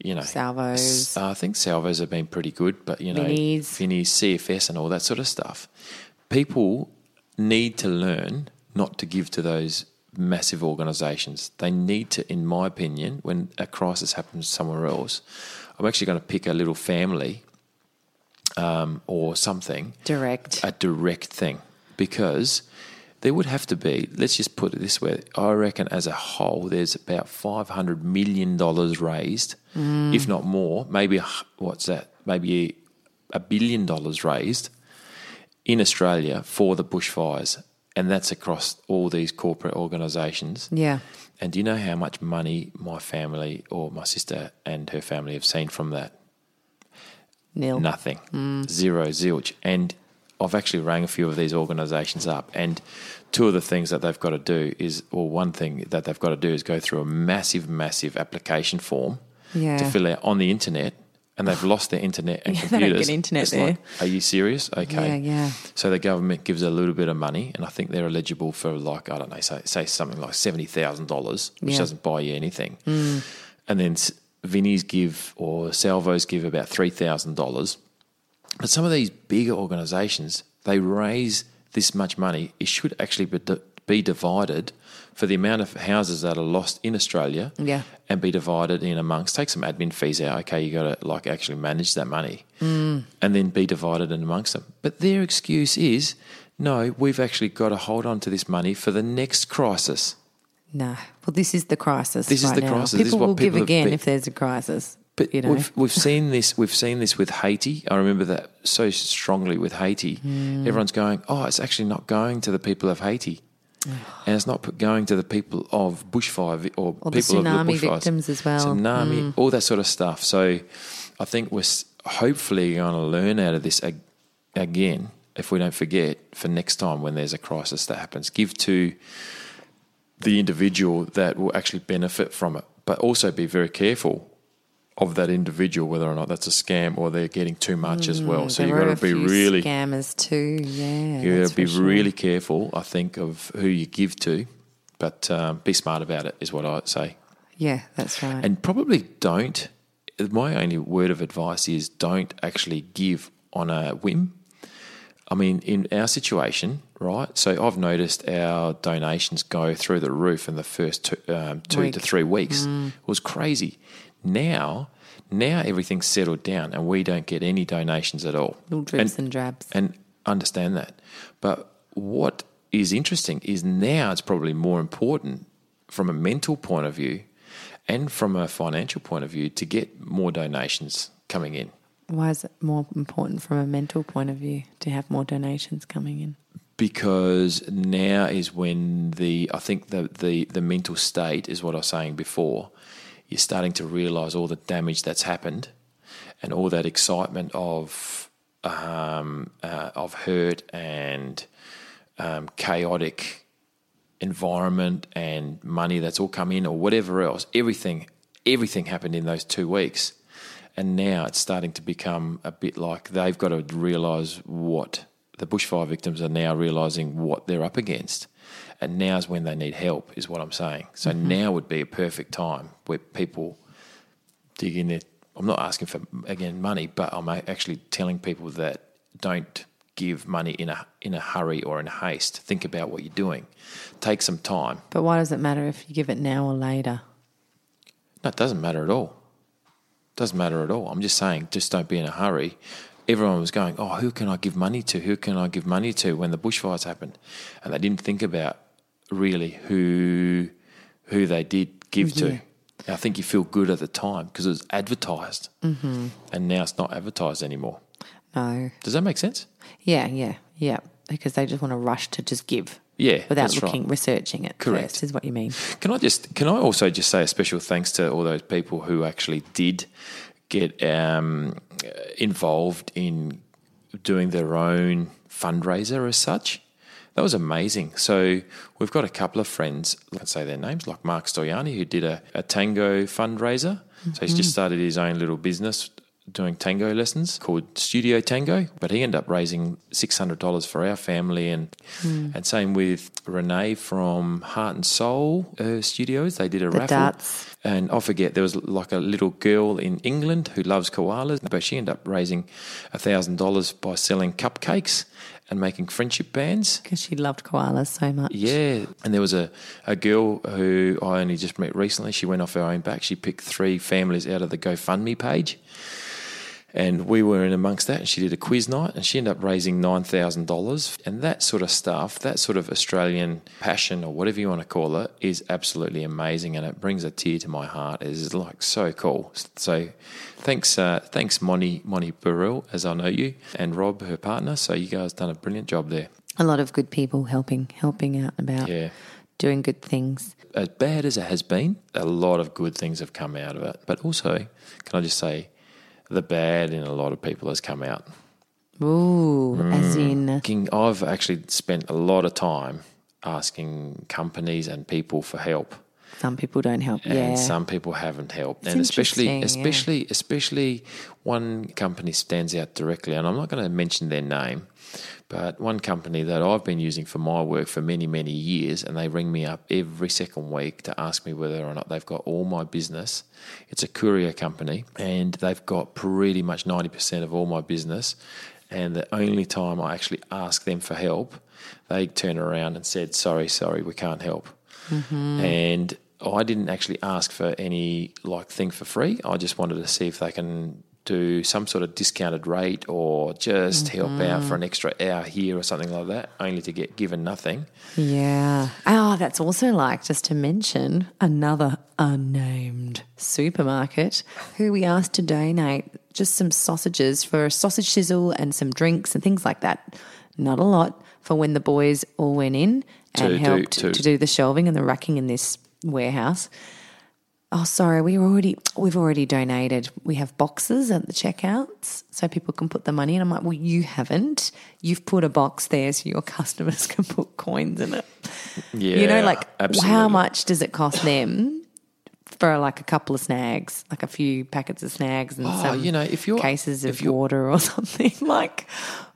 [SPEAKER 2] you know
[SPEAKER 1] Mm. Salvos.
[SPEAKER 2] Uh, I think salvos have been pretty good, but you know,
[SPEAKER 1] Vinnies.
[SPEAKER 2] Vinnies, CFS, and all that sort of stuff. People need to learn not to give to those massive organisations. They need to, in my opinion, when a crisis happens somewhere else, I'm actually going to pick a little family um, or something
[SPEAKER 1] Direct.
[SPEAKER 2] a direct thing because there would have to be, let's just put it this way I reckon as a whole, there's about $500 million raised, if not more, maybe, a h- what's that, maybe a billion dollars raised in Australia for the bushfires. And that's across all these corporate organisations.
[SPEAKER 1] yeah.
[SPEAKER 2] And do you know how much money my family or my sister and her family have seen from that?
[SPEAKER 1] Nil.
[SPEAKER 2] Nothing. Zero, zilch. And I've actually rang a few of these organisations up, and two of the things that they've got to do is, well, one thing that they've got to do is go through a massive, massive application form to
[SPEAKER 1] Yeah.
[SPEAKER 2] fill out on the internet, and they've lost their internet and
[SPEAKER 1] Yeah, they don't
[SPEAKER 2] computers.
[SPEAKER 1] get internet
[SPEAKER 2] It's
[SPEAKER 1] there.
[SPEAKER 2] like, are you serious? Okay.
[SPEAKER 1] Yeah, yeah.
[SPEAKER 2] So the government gives a little bit of money, and I think they're eligible for like I don't know, say, say something like seventy thousand dollars, which
[SPEAKER 1] Yeah.
[SPEAKER 2] doesn't buy you anything. And then s- Vinnies give or Salvos give about three thousand dollars. But some of these bigger organisations, they raise this much money. It should actually be, be divided for the amount of houses that are lost in Australia
[SPEAKER 1] Yeah.
[SPEAKER 2] and be divided in amongst. Take some admin fees out. Okay, you got to like actually manage that money and then be divided in amongst them. But their excuse is no, we've actually got to hold on to this money for the next crisis.
[SPEAKER 1] No. Well, this is the crisis.
[SPEAKER 2] This is
[SPEAKER 1] right
[SPEAKER 2] the
[SPEAKER 1] now.
[SPEAKER 2] crisis.
[SPEAKER 1] People
[SPEAKER 2] This is what
[SPEAKER 1] will give
[SPEAKER 2] people have
[SPEAKER 1] again
[SPEAKER 2] been-
[SPEAKER 1] if there's a crisis.
[SPEAKER 2] But
[SPEAKER 1] you know,
[SPEAKER 2] we've we've seen this we've seen this with Haiti. I remember that so strongly with Haiti.
[SPEAKER 1] Hmm.
[SPEAKER 2] Everyone's going, oh, it's actually not going to the people of Haiti, and it's not going to the people of bushfire vi- or,
[SPEAKER 1] Or the
[SPEAKER 2] people of the
[SPEAKER 1] tsunami
[SPEAKER 2] bushfires.
[SPEAKER 1] victims as well. Hmm.
[SPEAKER 2] tsunami, all that sort of stuff. So, I think we're s- hopefully going to learn out of this ag- again if we don't forget for next time when there's a crisis that happens. Give to the individual that will actually benefit from it, but also be very careful of that individual whether or not that's a scam or they're getting too much as well. oh, So
[SPEAKER 1] Mm, there
[SPEAKER 2] you've got
[SPEAKER 1] are a
[SPEAKER 2] to be
[SPEAKER 1] few
[SPEAKER 2] really
[SPEAKER 1] scammers too. Yeah,
[SPEAKER 2] you got
[SPEAKER 1] that's
[SPEAKER 2] to be
[SPEAKER 1] for sure.
[SPEAKER 2] really careful. I think of who you give to, but um, be smart about it is what I would say,
[SPEAKER 1] Yeah, that's right.
[SPEAKER 2] and probably don't. My only word of advice is don't actually give on a whim. I mean, in our situation, right? So I've noticed our donations go through the roof in the first two, um, two
[SPEAKER 1] Week. Mm.
[SPEAKER 2] to three weeks. It was crazy. Now, now everything's settled down and we don't get any donations at all.
[SPEAKER 1] Little drips and drabs.
[SPEAKER 2] And understand that. But what is interesting is now it's probably more important from a mental point of view and from a financial point of view to get more donations coming in.
[SPEAKER 1] Why is it more important from a mental point of view to have more donations coming in?
[SPEAKER 2] because now is when the I think the the, the mental state is what I was saying before. You're starting to realise all the damage that's happened, and all that excitement of um, uh, of hurt and um, chaotic environment and money that's all come in or whatever else. Everything everything happened in those two weeks, and now it's starting to become a bit like they've got to realise what the bushfire victims are now realizing what they're up against. And now's when they need help, is what I'm saying. So now would be a perfect time where people dig in their. I'm not asking for, again, money, but I'm actually telling people that don't give money in a, in a hurry or in haste. Think about what you're doing. Take some time.
[SPEAKER 1] But why does it matter if you give it now or later?
[SPEAKER 2] No, it doesn't matter at all. Doesn't matter at all. I'm just saying, just don't be in a hurry. Everyone was going, oh, who can I give money to? Who can I give money to when the bushfires happened? And they didn't think about really who who they did give to. I think you feel good at the time because it was advertised, mm-hmm. and now it's not advertised anymore.
[SPEAKER 1] No.
[SPEAKER 2] Does that make sense?
[SPEAKER 1] Yeah, yeah, yeah. Because they just want to rush to just give.
[SPEAKER 2] Yeah,
[SPEAKER 1] Without
[SPEAKER 2] that's right.
[SPEAKER 1] looking, researching it
[SPEAKER 2] Correct.
[SPEAKER 1] first is what you mean.
[SPEAKER 2] Can I just can I also just say a special thanks to all those people who actually did get um, involved in doing their own fundraiser as such. That was amazing. So we've got a couple of friends, I can say their names, like Mark Stoyani, who did a, a tango fundraiser. So he's just started his own little business doing tango lessons called Studio Tango, but he ended up raising six hundred dollars for our family, and and same with Renee from Heart and Soul uh, Studios. They did a raffle,
[SPEAKER 1] darts.
[SPEAKER 2] and I forget there was like a little girl in England who loves koalas, but she ended up raising thousand dollars by selling cupcakes and making friendship bands.
[SPEAKER 1] Because she loved koalas so much.
[SPEAKER 2] Yeah, and there was a, a girl who I only just met recently. She went off her own back. She picked three families out of the GoFundMe page, and we were in amongst that. And she did a quiz night, and she ended up raising nine thousand dollars. And that sort of stuff, that sort of Australian passion or whatever you want to call it, is absolutely amazing, and it brings a tear to my heart. It is like so cool. So, thanks, uh, thanks, Moni Moni Burrell, as I know you, and Rob, her partner. So you guys done a brilliant job there.
[SPEAKER 1] A lot of good people helping, helping out and about,
[SPEAKER 2] Yeah.
[SPEAKER 1] doing good things.
[SPEAKER 2] as bad as it has been, a lot of good things have come out of it. But also, can I just say, the bad in a lot of people has come out.
[SPEAKER 1] Ooh, as in,
[SPEAKER 2] King, I've actually spent a lot of time asking companies and people for help,
[SPEAKER 1] some people don't help.
[SPEAKER 2] and
[SPEAKER 1] yeah.
[SPEAKER 2] some people haven't helped.
[SPEAKER 1] It's
[SPEAKER 2] and especially,
[SPEAKER 1] interesting, yeah.
[SPEAKER 2] especially, especially, one company stands out directly, and I'm not going to mention their name. But one company that I've been using for my work for many, many years, and they ring me up every second week to ask me whether or not they've got all my business. It's a courier company, and they've got pretty much 90% of all my business. And the only time I actually ask them for help, they turn around and said, Sorry, sorry, we can't help.
[SPEAKER 1] Mm.
[SPEAKER 2] And I didn't actually ask for any like thing for free. I just wanted to see if they can do some sort of discounted rate or just help
[SPEAKER 1] Mm-hmm.
[SPEAKER 2] out for an extra hour here or something like that, only to get given nothing.
[SPEAKER 1] Yeah. Oh, that's also like just to mention another unnamed supermarket who we asked to donate just some sausages for a sausage sizzle and some drinks and things like that. Not a lot for when the boys all went in and
[SPEAKER 2] To do-
[SPEAKER 1] helped
[SPEAKER 2] to-
[SPEAKER 1] to do the shelving and the racking in this warehouse. Oh, sorry, we already we've already donated. We have boxes at the checkouts so people can put the money in. I'm like, well, you haven't. You've put a box there so your customers can put coins in it.
[SPEAKER 2] Yeah,
[SPEAKER 1] you know, like how
[SPEAKER 2] absolutely.
[SPEAKER 1] much does it cost them for like a couple of snags, like a few packets of snags and
[SPEAKER 2] Oh,
[SPEAKER 1] some
[SPEAKER 2] you know, if you're-
[SPEAKER 1] cases of
[SPEAKER 2] if you're-
[SPEAKER 1] water or something? Like,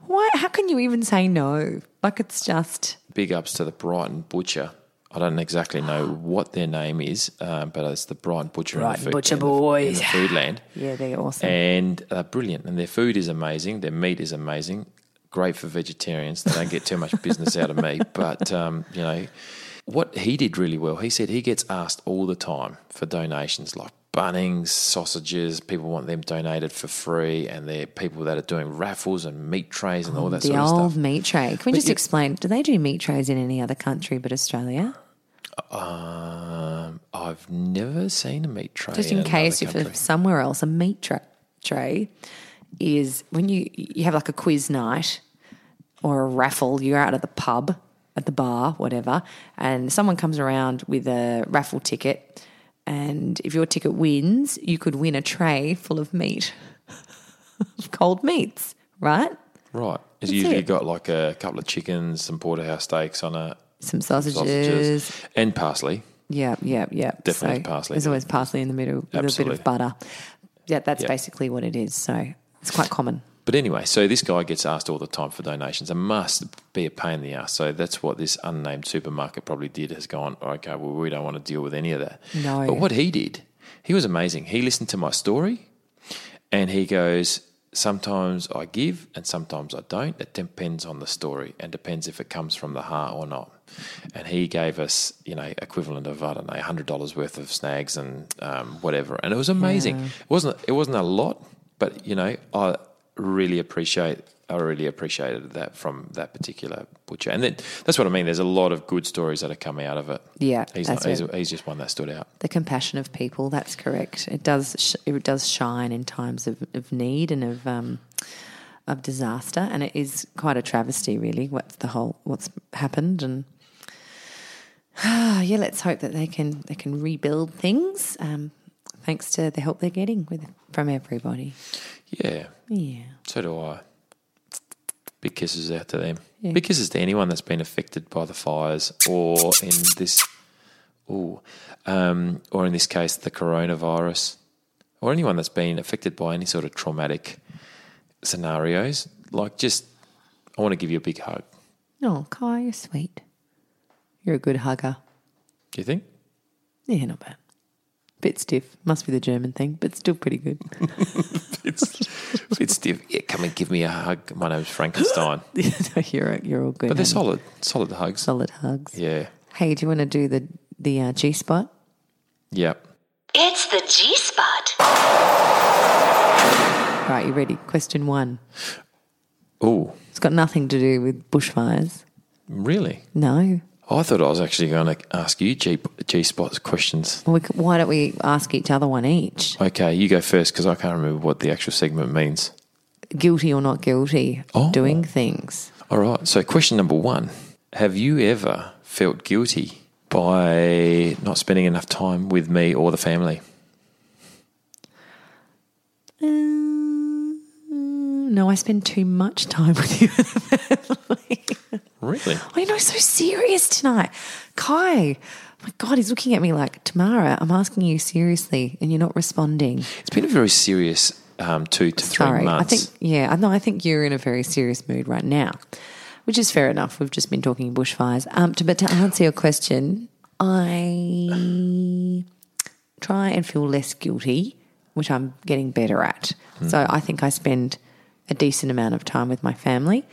[SPEAKER 1] why? How can you even say no? Like, it's just
[SPEAKER 2] Big ups to the Brighton Butcher. I don't exactly know what their name is, um, but it's the Brighton Butcher. in the
[SPEAKER 1] Brighton
[SPEAKER 2] food-
[SPEAKER 1] Butcher
[SPEAKER 2] in the-
[SPEAKER 1] boys.
[SPEAKER 2] in the Foodland.
[SPEAKER 1] yeah, they're awesome.
[SPEAKER 2] and uh, brilliant. And their food is amazing. Their meat is amazing. Great for vegetarians. They don't get too much business out of me. But um, you know what he did really well. He said he gets asked all the time for donations, like Bunnings, sausages, people want them donated for free, and they're people that are doing raffles and meat trays and all that
[SPEAKER 1] Oh, the
[SPEAKER 2] sort of
[SPEAKER 1] old
[SPEAKER 2] stuff.
[SPEAKER 1] meat tray. Can we just explain? Do they do meat trays in any other country but Australia?
[SPEAKER 2] Um, I've never seen a meat tray.
[SPEAKER 1] Just in
[SPEAKER 2] another
[SPEAKER 1] case if
[SPEAKER 2] country.
[SPEAKER 1] if somewhere else a meat tra- tray is when you you have like a quiz night or a raffle, you're out at the pub, at the bar, whatever, and someone comes around with a raffle ticket, and if your ticket wins, you could win a tray full of meat, of cold meats, right?
[SPEAKER 2] right, is you
[SPEAKER 1] it.
[SPEAKER 2] you got like a couple of chickens, some porterhouse steaks on it,
[SPEAKER 1] Some sausages.
[SPEAKER 2] sausages, and parsley.
[SPEAKER 1] Yeah, yeah, yeah.
[SPEAKER 2] Definitely parsley.
[SPEAKER 1] There's always parsley in the middle with a bit
[SPEAKER 2] Absolutely.
[SPEAKER 1] of butter. Yeah, that's
[SPEAKER 2] Yeah.
[SPEAKER 1] basically what it is. So it's quite common.
[SPEAKER 2] But anyway, so this guy gets asked all the time for donations. It must be a pain in the ass. So that's what this unnamed supermarket probably did has gone, okay, well, we don't want to deal with any of that.
[SPEAKER 1] No.
[SPEAKER 2] But what he did, he was amazing. He listened to my story and he goes, sometimes I give and sometimes I don't. It depends on the story and depends if it comes from the heart or not. And he gave us, you know, equivalent of I don't know, hundred dollars worth of snags and um, whatever, and it was amazing. It wasn't it wasn't a lot, but you know, I really appreciate I really appreciated that from that particular butcher, and that, that's what I mean. There's a lot of good stories that have come out of it.
[SPEAKER 1] Yeah,
[SPEAKER 2] he's
[SPEAKER 1] that's
[SPEAKER 2] not, he's,
[SPEAKER 1] right.
[SPEAKER 2] he's just one that stood out.
[SPEAKER 1] The compassion of people. That's correct. It does. Sh- it does shine in times of, of need and of um, of disaster, and it is quite a travesty, really. What's the whole? What's happened? And yeah, let's hope that they can they can rebuild things. Um, thanks to the help they're getting with from everybody.
[SPEAKER 2] Yeah,
[SPEAKER 1] Yeah.
[SPEAKER 2] So do I. Big kisses out to them. Big kisses to anyone that's been affected by the fires or in this ooh, um, or in this case the coronavirus. Or anyone that's been affected by any sort of traumatic scenarios. Like just I want to give you a big hug.
[SPEAKER 1] Oh, Kai, you're sweet. You're a good hugger.
[SPEAKER 2] Do you think?
[SPEAKER 1] Yeah, not bad. Bit stiff. Must be the German thing, but still pretty good.
[SPEAKER 2] It's it's div- yeah, come and give me a hug. My name's Frankenstein.
[SPEAKER 1] No, you're you're all good.
[SPEAKER 2] But they're
[SPEAKER 1] honey.
[SPEAKER 2] solid, solid hugs.
[SPEAKER 1] solid hugs.
[SPEAKER 2] Yeah.
[SPEAKER 1] Hey, do you want to do the the uh, G spot?
[SPEAKER 2] Yeah.
[SPEAKER 4] It's the G spot.
[SPEAKER 1] Right, you ready? Question one.
[SPEAKER 2] Ooh,
[SPEAKER 1] It's got nothing to do with bushfires.
[SPEAKER 2] really?
[SPEAKER 1] No.
[SPEAKER 2] Oh, I thought I was actually going to ask you G, G spots questions.
[SPEAKER 1] Well, we, c- why don't we ask each other one each?
[SPEAKER 2] Okay, you go first because I can't remember what the actual segment means.
[SPEAKER 1] Guilty or not guilty? of
[SPEAKER 2] Oh.
[SPEAKER 1] Doing things.
[SPEAKER 2] All right, so question number one Have you ever felt guilty by not spending enough time with me or the family?
[SPEAKER 1] Um, Uh, no, I spend too much time with you.
[SPEAKER 2] Really?
[SPEAKER 1] I know, Oh, so serious tonight. Kai, my God, he's looking at me like, Tamara, I'm asking you seriously and you're not responding.
[SPEAKER 2] It's been a very serious um, two to three
[SPEAKER 1] Sorry.
[SPEAKER 2] months.
[SPEAKER 1] I think, yeah, I know, I think you're in a very serious mood right now, which is fair enough. We've just been talking bushfires. Um, to, but to answer your question, I try and feel less guilty, which I'm getting better at.
[SPEAKER 2] Hmm.
[SPEAKER 1] So I think I spend a decent amount of time with my family,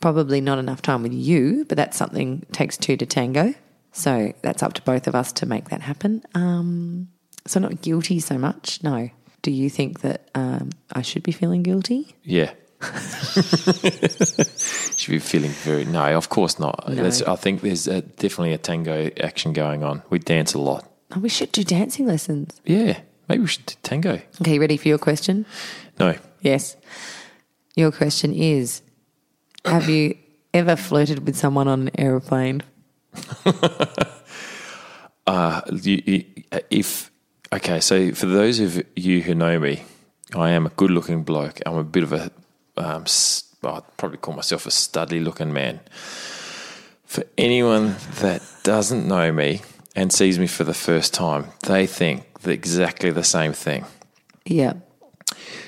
[SPEAKER 1] probably not enough time with you, but that's something takes two to tango. So that's up to both of us to make that happen. Um, so not guilty so much, no. Do you think that um, I should be feeling guilty?
[SPEAKER 2] Yeah. Should be feeling very no. Of course not. That's, I think there's uh definitely a tango action going on. We dance a lot.
[SPEAKER 1] Oh, we should do dancing lessons.
[SPEAKER 2] Yeah, maybe we should do tango.
[SPEAKER 1] Okay, you ready for your question?
[SPEAKER 2] No,
[SPEAKER 1] Yes. Your question is Have you ever flirted with someone on an aeroplane?
[SPEAKER 2] you, you, if okay, so for those of you who know me, I am a good-looking bloke. I'm a bit of a, um, s- I'd probably call myself a studly-looking man. For anyone that doesn't know me and sees me for the first time, they think the, exactly the same thing.
[SPEAKER 1] Yeah.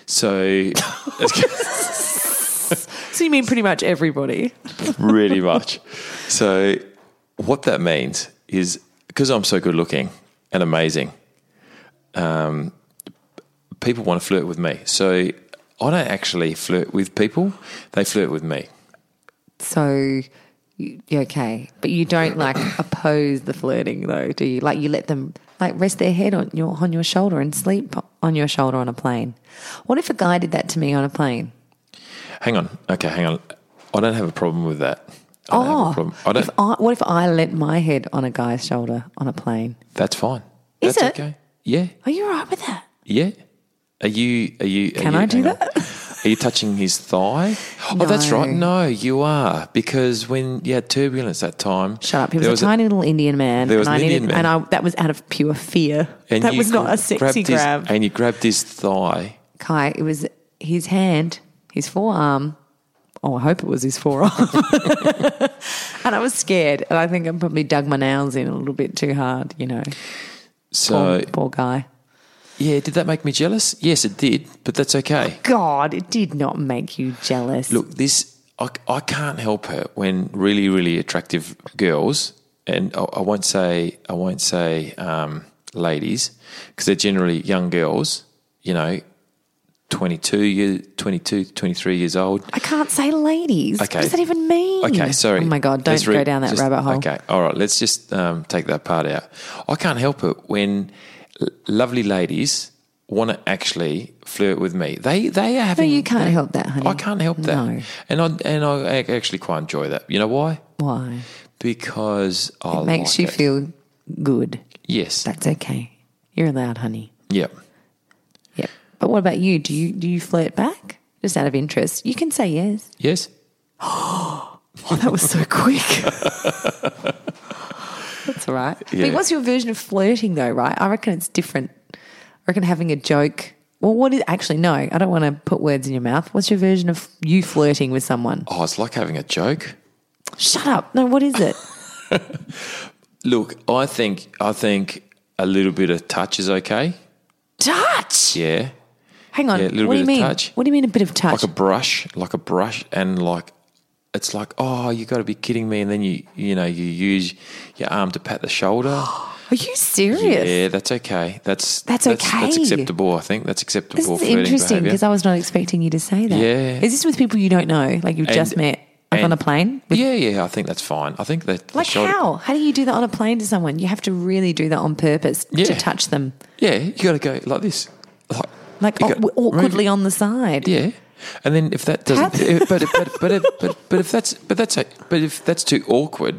[SPEAKER 2] So,
[SPEAKER 1] So you mean pretty much everybody?
[SPEAKER 2] really much. So, what that means is because I'm so good-looking and amazing. um, people want to flirt with me. So I don't actually flirt with people, they flirt with me.
[SPEAKER 1] So you, you're okay, but you don't like oppose the flirting though, do you? Like you let them like rest their head on your on your shoulder and sleep on your shoulder on a plane. What if a guy did that to me on a plane?
[SPEAKER 2] Hang on. Okay, hang on. I don't have a problem with that. I don't have a
[SPEAKER 1] Oh,
[SPEAKER 2] problem. I don't.
[SPEAKER 1] if I, what if I let my head on a guy's shoulder on a plane?
[SPEAKER 2] that's fine.
[SPEAKER 1] Is
[SPEAKER 2] that's
[SPEAKER 1] it?
[SPEAKER 2] okay. Yeah.
[SPEAKER 1] Are you all right with that?
[SPEAKER 2] Yeah. Are you? Are you?
[SPEAKER 1] Can I do that?
[SPEAKER 2] Are you touching his thigh? Oh, that's
[SPEAKER 1] No.
[SPEAKER 2] right. No, you are because when you had turbulence that time,
[SPEAKER 1] Shut up! He was,
[SPEAKER 2] there
[SPEAKER 1] a tiny little Indian man.
[SPEAKER 2] there was
[SPEAKER 1] and
[SPEAKER 2] an
[SPEAKER 1] I needed,
[SPEAKER 2] Indian man.
[SPEAKER 1] and I, that was out of pure fear. that
[SPEAKER 2] you
[SPEAKER 1] was not a
[SPEAKER 2] grabbed
[SPEAKER 1] sexy
[SPEAKER 2] his-
[SPEAKER 1] grab.
[SPEAKER 2] and you grabbed his thigh.
[SPEAKER 1] Kai, it was his hand, his forearm. Oh, I hope it was his forearm. and I was scared, and I think I probably dug my nails in a little bit too hard. You know,
[SPEAKER 2] So
[SPEAKER 1] poor, poor guy.
[SPEAKER 2] yeah, did that make me jealous? Yes, it did, but that's okay.
[SPEAKER 1] God, it did not make you jealous.
[SPEAKER 2] Look, this I, I can't help her when really really attractive girls, and I, I won't say I won't say um, ladies because they're generally young girls. You know, 22, year, 22, 23 years old.
[SPEAKER 1] I can't say ladies.
[SPEAKER 2] Okay.
[SPEAKER 1] What does that even mean?
[SPEAKER 2] Okay, sorry.
[SPEAKER 1] Oh my God,
[SPEAKER 2] Let's
[SPEAKER 1] don't
[SPEAKER 2] re-
[SPEAKER 1] go down that
[SPEAKER 2] just-
[SPEAKER 1] rabbit hole.
[SPEAKER 2] Okay, all right. Let's just um, take that part out. I can't help it when l- lovely ladies want to actually flirt with me. They they are
[SPEAKER 1] No,
[SPEAKER 2] having.
[SPEAKER 1] you can't help that, honey.
[SPEAKER 2] I can't help that,
[SPEAKER 1] No.
[SPEAKER 2] and I and I ac- actually quite enjoy that. You know why?
[SPEAKER 1] Why?
[SPEAKER 2] Because I
[SPEAKER 1] It makes
[SPEAKER 2] like
[SPEAKER 1] you
[SPEAKER 2] it.
[SPEAKER 1] feel good.
[SPEAKER 2] yes,
[SPEAKER 1] That's okay. You're allowed, honey.
[SPEAKER 2] yep.
[SPEAKER 1] Yep. But what about you? Do you do you flirt back? Just out of interest, you can say yes.
[SPEAKER 2] Yes,
[SPEAKER 1] Oh, that was so quick. That's all right.
[SPEAKER 2] Yeah.
[SPEAKER 1] But what's your version of flirting, though? Right? I reckon it's different. I reckon having a joke. Well, what is actually no? I don't want to put words in your mouth. What's your version of you flirting with someone?
[SPEAKER 2] oh, it's like having a joke.
[SPEAKER 1] Shut up! No, what is it?
[SPEAKER 2] Look, I think I think a little bit of touch is okay.
[SPEAKER 1] touch.
[SPEAKER 2] Yeah,
[SPEAKER 1] Hang on.
[SPEAKER 2] Yeah, a little
[SPEAKER 1] what do
[SPEAKER 2] bit
[SPEAKER 1] you
[SPEAKER 2] of
[SPEAKER 1] mean?
[SPEAKER 2] touch.
[SPEAKER 1] What do you mean a bit of touch?
[SPEAKER 2] like a brush, like a brush, and like it's like, oh, you got to be kidding me! And then you, you know, you use your arm to pat the shoulder.
[SPEAKER 1] Are you serious?
[SPEAKER 2] Yeah, that's okay. That's
[SPEAKER 1] That's
[SPEAKER 2] That's
[SPEAKER 1] okay.
[SPEAKER 2] acceptable. I think that's
[SPEAKER 1] This
[SPEAKER 2] acceptable.
[SPEAKER 1] is
[SPEAKER 2] flirting
[SPEAKER 1] interesting because
[SPEAKER 2] behaviour.
[SPEAKER 1] I was not expecting you to say that.
[SPEAKER 2] Yeah.
[SPEAKER 1] Is this with people you don't know, like you've just met, like
[SPEAKER 2] and-
[SPEAKER 1] on a plane? With-
[SPEAKER 2] yeah, yeah, I think that's fine. I think that the
[SPEAKER 1] Like
[SPEAKER 2] shoulder-
[SPEAKER 1] how? How do you do that on a plane to someone? You have to really do that on purpose
[SPEAKER 2] Yeah.
[SPEAKER 1] to touch them,
[SPEAKER 2] Yeah, you got to go like this, like
[SPEAKER 1] like
[SPEAKER 2] you
[SPEAKER 1] aw-
[SPEAKER 2] gotta
[SPEAKER 1] awkwardly
[SPEAKER 2] move-
[SPEAKER 1] on the side.
[SPEAKER 2] Yeah. And then if that doesn't,
[SPEAKER 1] Pat-
[SPEAKER 2] but, but, but, but, but if that's, but that's, a, but if that's too awkward,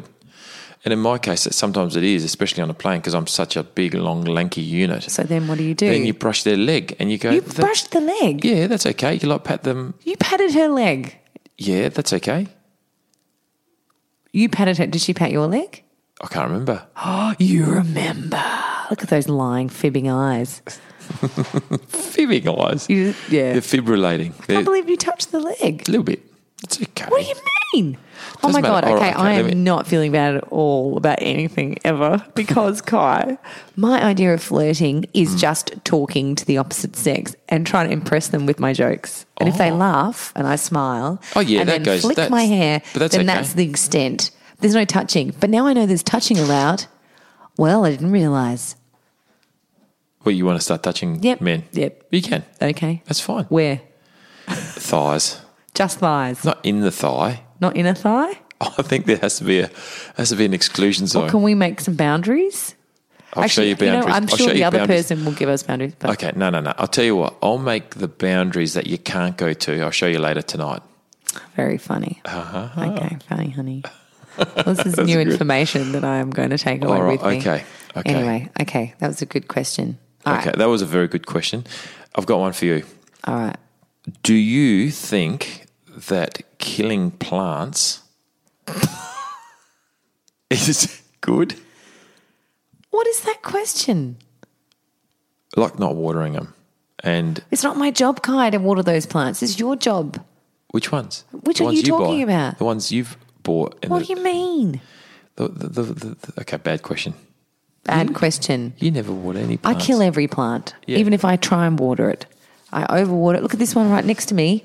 [SPEAKER 2] and in my case, that sometimes it is, especially on a plane, because I'm such a big, long, lanky unit.
[SPEAKER 1] So then, what do you do?
[SPEAKER 2] then you brush their leg and you go,
[SPEAKER 1] You
[SPEAKER 2] "That-
[SPEAKER 1] brushed the leg.
[SPEAKER 2] yeah, that's okay. You like pat them.
[SPEAKER 1] You patted her leg.
[SPEAKER 2] Yeah, that's okay.
[SPEAKER 1] You patted her. Did she pat your leg?
[SPEAKER 2] I can't remember.
[SPEAKER 1] Oh. You remember? Look at those lying, fibbing eyes.
[SPEAKER 2] Fibbing eyes.
[SPEAKER 1] You, yeah.
[SPEAKER 2] They're fibrillating.
[SPEAKER 1] I
[SPEAKER 2] They're
[SPEAKER 1] can't
[SPEAKER 2] a
[SPEAKER 1] believe you touched the leg.
[SPEAKER 2] little bit. It's okay.
[SPEAKER 1] What do you mean? Oh my
[SPEAKER 2] Doesn't matter.
[SPEAKER 1] god!
[SPEAKER 2] All
[SPEAKER 1] Okay,
[SPEAKER 2] right, okay,
[SPEAKER 1] I
[SPEAKER 2] let
[SPEAKER 1] am
[SPEAKER 2] me-
[SPEAKER 1] not feeling bad at all about anything ever because Kai, my idea of flirting
[SPEAKER 2] Mm.
[SPEAKER 1] is just talking to the opposite sex and trying to impress them with my jokes. And if they
[SPEAKER 2] Oh.
[SPEAKER 1] laugh and I smile,
[SPEAKER 2] Oh, yeah,
[SPEAKER 1] and
[SPEAKER 2] that
[SPEAKER 1] then
[SPEAKER 2] goes-
[SPEAKER 1] flick
[SPEAKER 2] that's-
[SPEAKER 1] my hair,
[SPEAKER 2] but that's
[SPEAKER 1] then
[SPEAKER 2] okay.
[SPEAKER 1] that's the extent. There's no touching, but now I know there's touching allowed. Well, I didn't realize.
[SPEAKER 2] Well, you want to start touching
[SPEAKER 1] Yep.
[SPEAKER 2] men?
[SPEAKER 1] Yep.
[SPEAKER 2] You can.
[SPEAKER 1] Okay,
[SPEAKER 2] That's fine.
[SPEAKER 1] where
[SPEAKER 2] Thighs.
[SPEAKER 1] just thighs,
[SPEAKER 2] Not in the thigh.
[SPEAKER 1] not inner thigh.
[SPEAKER 2] Oh, I think there has to be a has to be an exclusion zone.
[SPEAKER 1] Can we make some boundaries?
[SPEAKER 2] Oh. I'll show you boundaries.
[SPEAKER 1] know, I'm
[SPEAKER 2] I'll
[SPEAKER 1] sure
[SPEAKER 2] show
[SPEAKER 1] the
[SPEAKER 2] you
[SPEAKER 1] other
[SPEAKER 2] boundaries.
[SPEAKER 1] person will give us boundaries. But
[SPEAKER 2] Okay, no, no, no. I'll tell you what. I'll make the boundaries that you can't go to. I'll show you later tonight.
[SPEAKER 1] Very funny. Okay, funny, honey. Well, this is new
[SPEAKER 2] Uh-huh. good.
[SPEAKER 1] information that I am going to take away
[SPEAKER 2] All
[SPEAKER 1] with
[SPEAKER 2] right,
[SPEAKER 1] me.
[SPEAKER 2] okay, okay.
[SPEAKER 1] Anyway, okay, that was a good question. All right,
[SPEAKER 2] okay, that was a very good question. I've got one for you.
[SPEAKER 1] all right.
[SPEAKER 2] Do you think that killing plants is good?
[SPEAKER 1] What is that question?
[SPEAKER 2] Like not watering them, and
[SPEAKER 1] It's not my job, Kai, to water those plants. It's your job.
[SPEAKER 2] which ones?
[SPEAKER 1] Which are
[SPEAKER 2] ones
[SPEAKER 1] you talking
[SPEAKER 2] buy.
[SPEAKER 1] about?
[SPEAKER 2] The ones you've bought. And
[SPEAKER 1] What
[SPEAKER 2] the-
[SPEAKER 1] do you mean?
[SPEAKER 2] The, the, the, the, the- okay, bad question.
[SPEAKER 1] Bad question.
[SPEAKER 2] You never water
[SPEAKER 1] I
[SPEAKER 2] any Hmm? plants.
[SPEAKER 1] kill every plant,
[SPEAKER 2] Yeah.
[SPEAKER 1] even if I try and water it. I overwater it. Look at this one right next to me.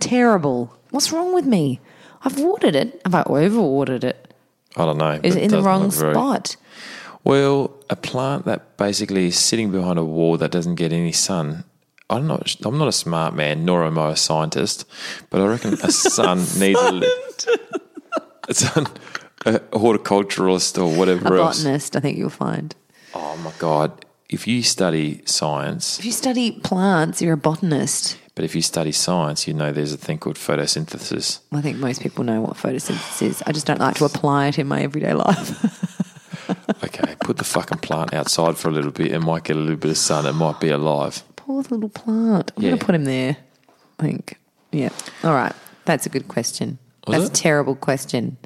[SPEAKER 1] Terrible. What's wrong with me? I've watered it. Have I overwatered it?
[SPEAKER 2] I don't know.
[SPEAKER 1] Is
[SPEAKER 2] but
[SPEAKER 1] it in the
[SPEAKER 2] doesn't
[SPEAKER 1] wrong
[SPEAKER 2] look very-
[SPEAKER 1] spot?
[SPEAKER 2] Well, a plant that basically is sitting behind a wall that doesn't get any sun. I'm not. I'm not a smart man, nor am I a scientist, but I reckon a sun needs a. li- It's a, a horticulturalist or whatever
[SPEAKER 1] A
[SPEAKER 2] else.
[SPEAKER 1] botanist, I think you'll find.
[SPEAKER 2] Oh my god! If you study science,
[SPEAKER 1] If you study plants, you're a botanist.
[SPEAKER 2] but if you study science, you know there's a thing called photosynthesis.
[SPEAKER 1] I think most people know what photosynthesis is. I just don't like to apply it in my everyday life.
[SPEAKER 2] Okay, put the fucking plant outside for a little bit. It might get a little bit of sun. It might be alive.
[SPEAKER 1] Poor little plant. I'm
[SPEAKER 2] Yeah.
[SPEAKER 1] going to put him there, I think. Yeah. All right. That's a good question.
[SPEAKER 2] Was
[SPEAKER 1] That's
[SPEAKER 2] it?
[SPEAKER 1] a terrible question.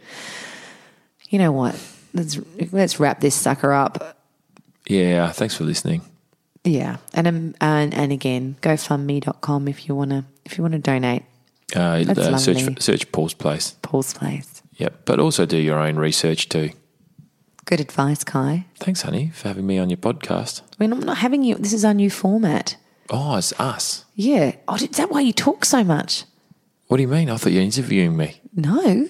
[SPEAKER 1] You know what? Let's, let's wrap this sucker up.
[SPEAKER 2] Yeah. Thanks for listening.
[SPEAKER 1] Yeah. And, um, and, and again, gofundme.com if you want to, if you want to donate
[SPEAKER 2] Uh,
[SPEAKER 1] That's
[SPEAKER 2] uh, search
[SPEAKER 1] lovely.
[SPEAKER 2] for, search Paul's place.
[SPEAKER 1] Paul's place.
[SPEAKER 2] Yep. But also do your own research too.
[SPEAKER 1] Good advice, Kai.
[SPEAKER 2] Thanks, honey, for having me on your podcast.
[SPEAKER 1] I mean, I'm not having you. This is our new format.
[SPEAKER 2] Oh, it's us.
[SPEAKER 1] Yeah. Oh, is that why you talk so much?
[SPEAKER 2] What do you mean? I thought you were interviewing me.
[SPEAKER 1] No.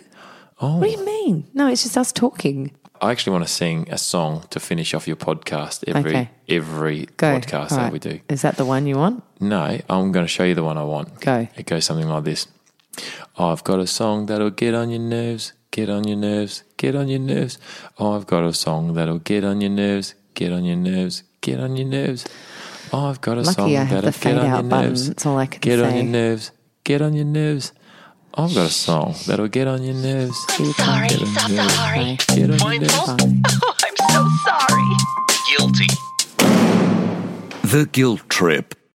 [SPEAKER 2] Oh,
[SPEAKER 1] What do you mean? No, it's just us talking.
[SPEAKER 2] I actually want to sing a song to finish off your podcast every
[SPEAKER 1] Okay.
[SPEAKER 2] every
[SPEAKER 1] Go.
[SPEAKER 2] podcast
[SPEAKER 1] All
[SPEAKER 2] that
[SPEAKER 1] right.
[SPEAKER 2] we do.
[SPEAKER 1] Is that the one you want?
[SPEAKER 2] No, I'm going to show you the one I want.
[SPEAKER 1] Go.
[SPEAKER 2] It goes something like this. I've got a song that'll get on your nerves, get on your nerves, get on your nerves. I've got a song that'll get on your nerves, get on your nerves, get on your nerves. I've got a
[SPEAKER 1] Lucky
[SPEAKER 2] song
[SPEAKER 1] I have
[SPEAKER 2] that'll
[SPEAKER 1] the
[SPEAKER 2] get on
[SPEAKER 1] fade
[SPEAKER 2] your
[SPEAKER 1] out button,
[SPEAKER 2] nerves.
[SPEAKER 1] that's all I can
[SPEAKER 2] get on
[SPEAKER 1] say.
[SPEAKER 2] your nerves, get on your nerves. I've got a song that'll get on your nerves.
[SPEAKER 4] I'm sorry,
[SPEAKER 2] Get on
[SPEAKER 4] so
[SPEAKER 2] your nerves.
[SPEAKER 4] sorry.
[SPEAKER 2] Get on your
[SPEAKER 3] Find
[SPEAKER 2] nerves.
[SPEAKER 3] fault.
[SPEAKER 4] Oh, I'm so sorry.
[SPEAKER 3] Guilty.
[SPEAKER 5] The Guilt Trip.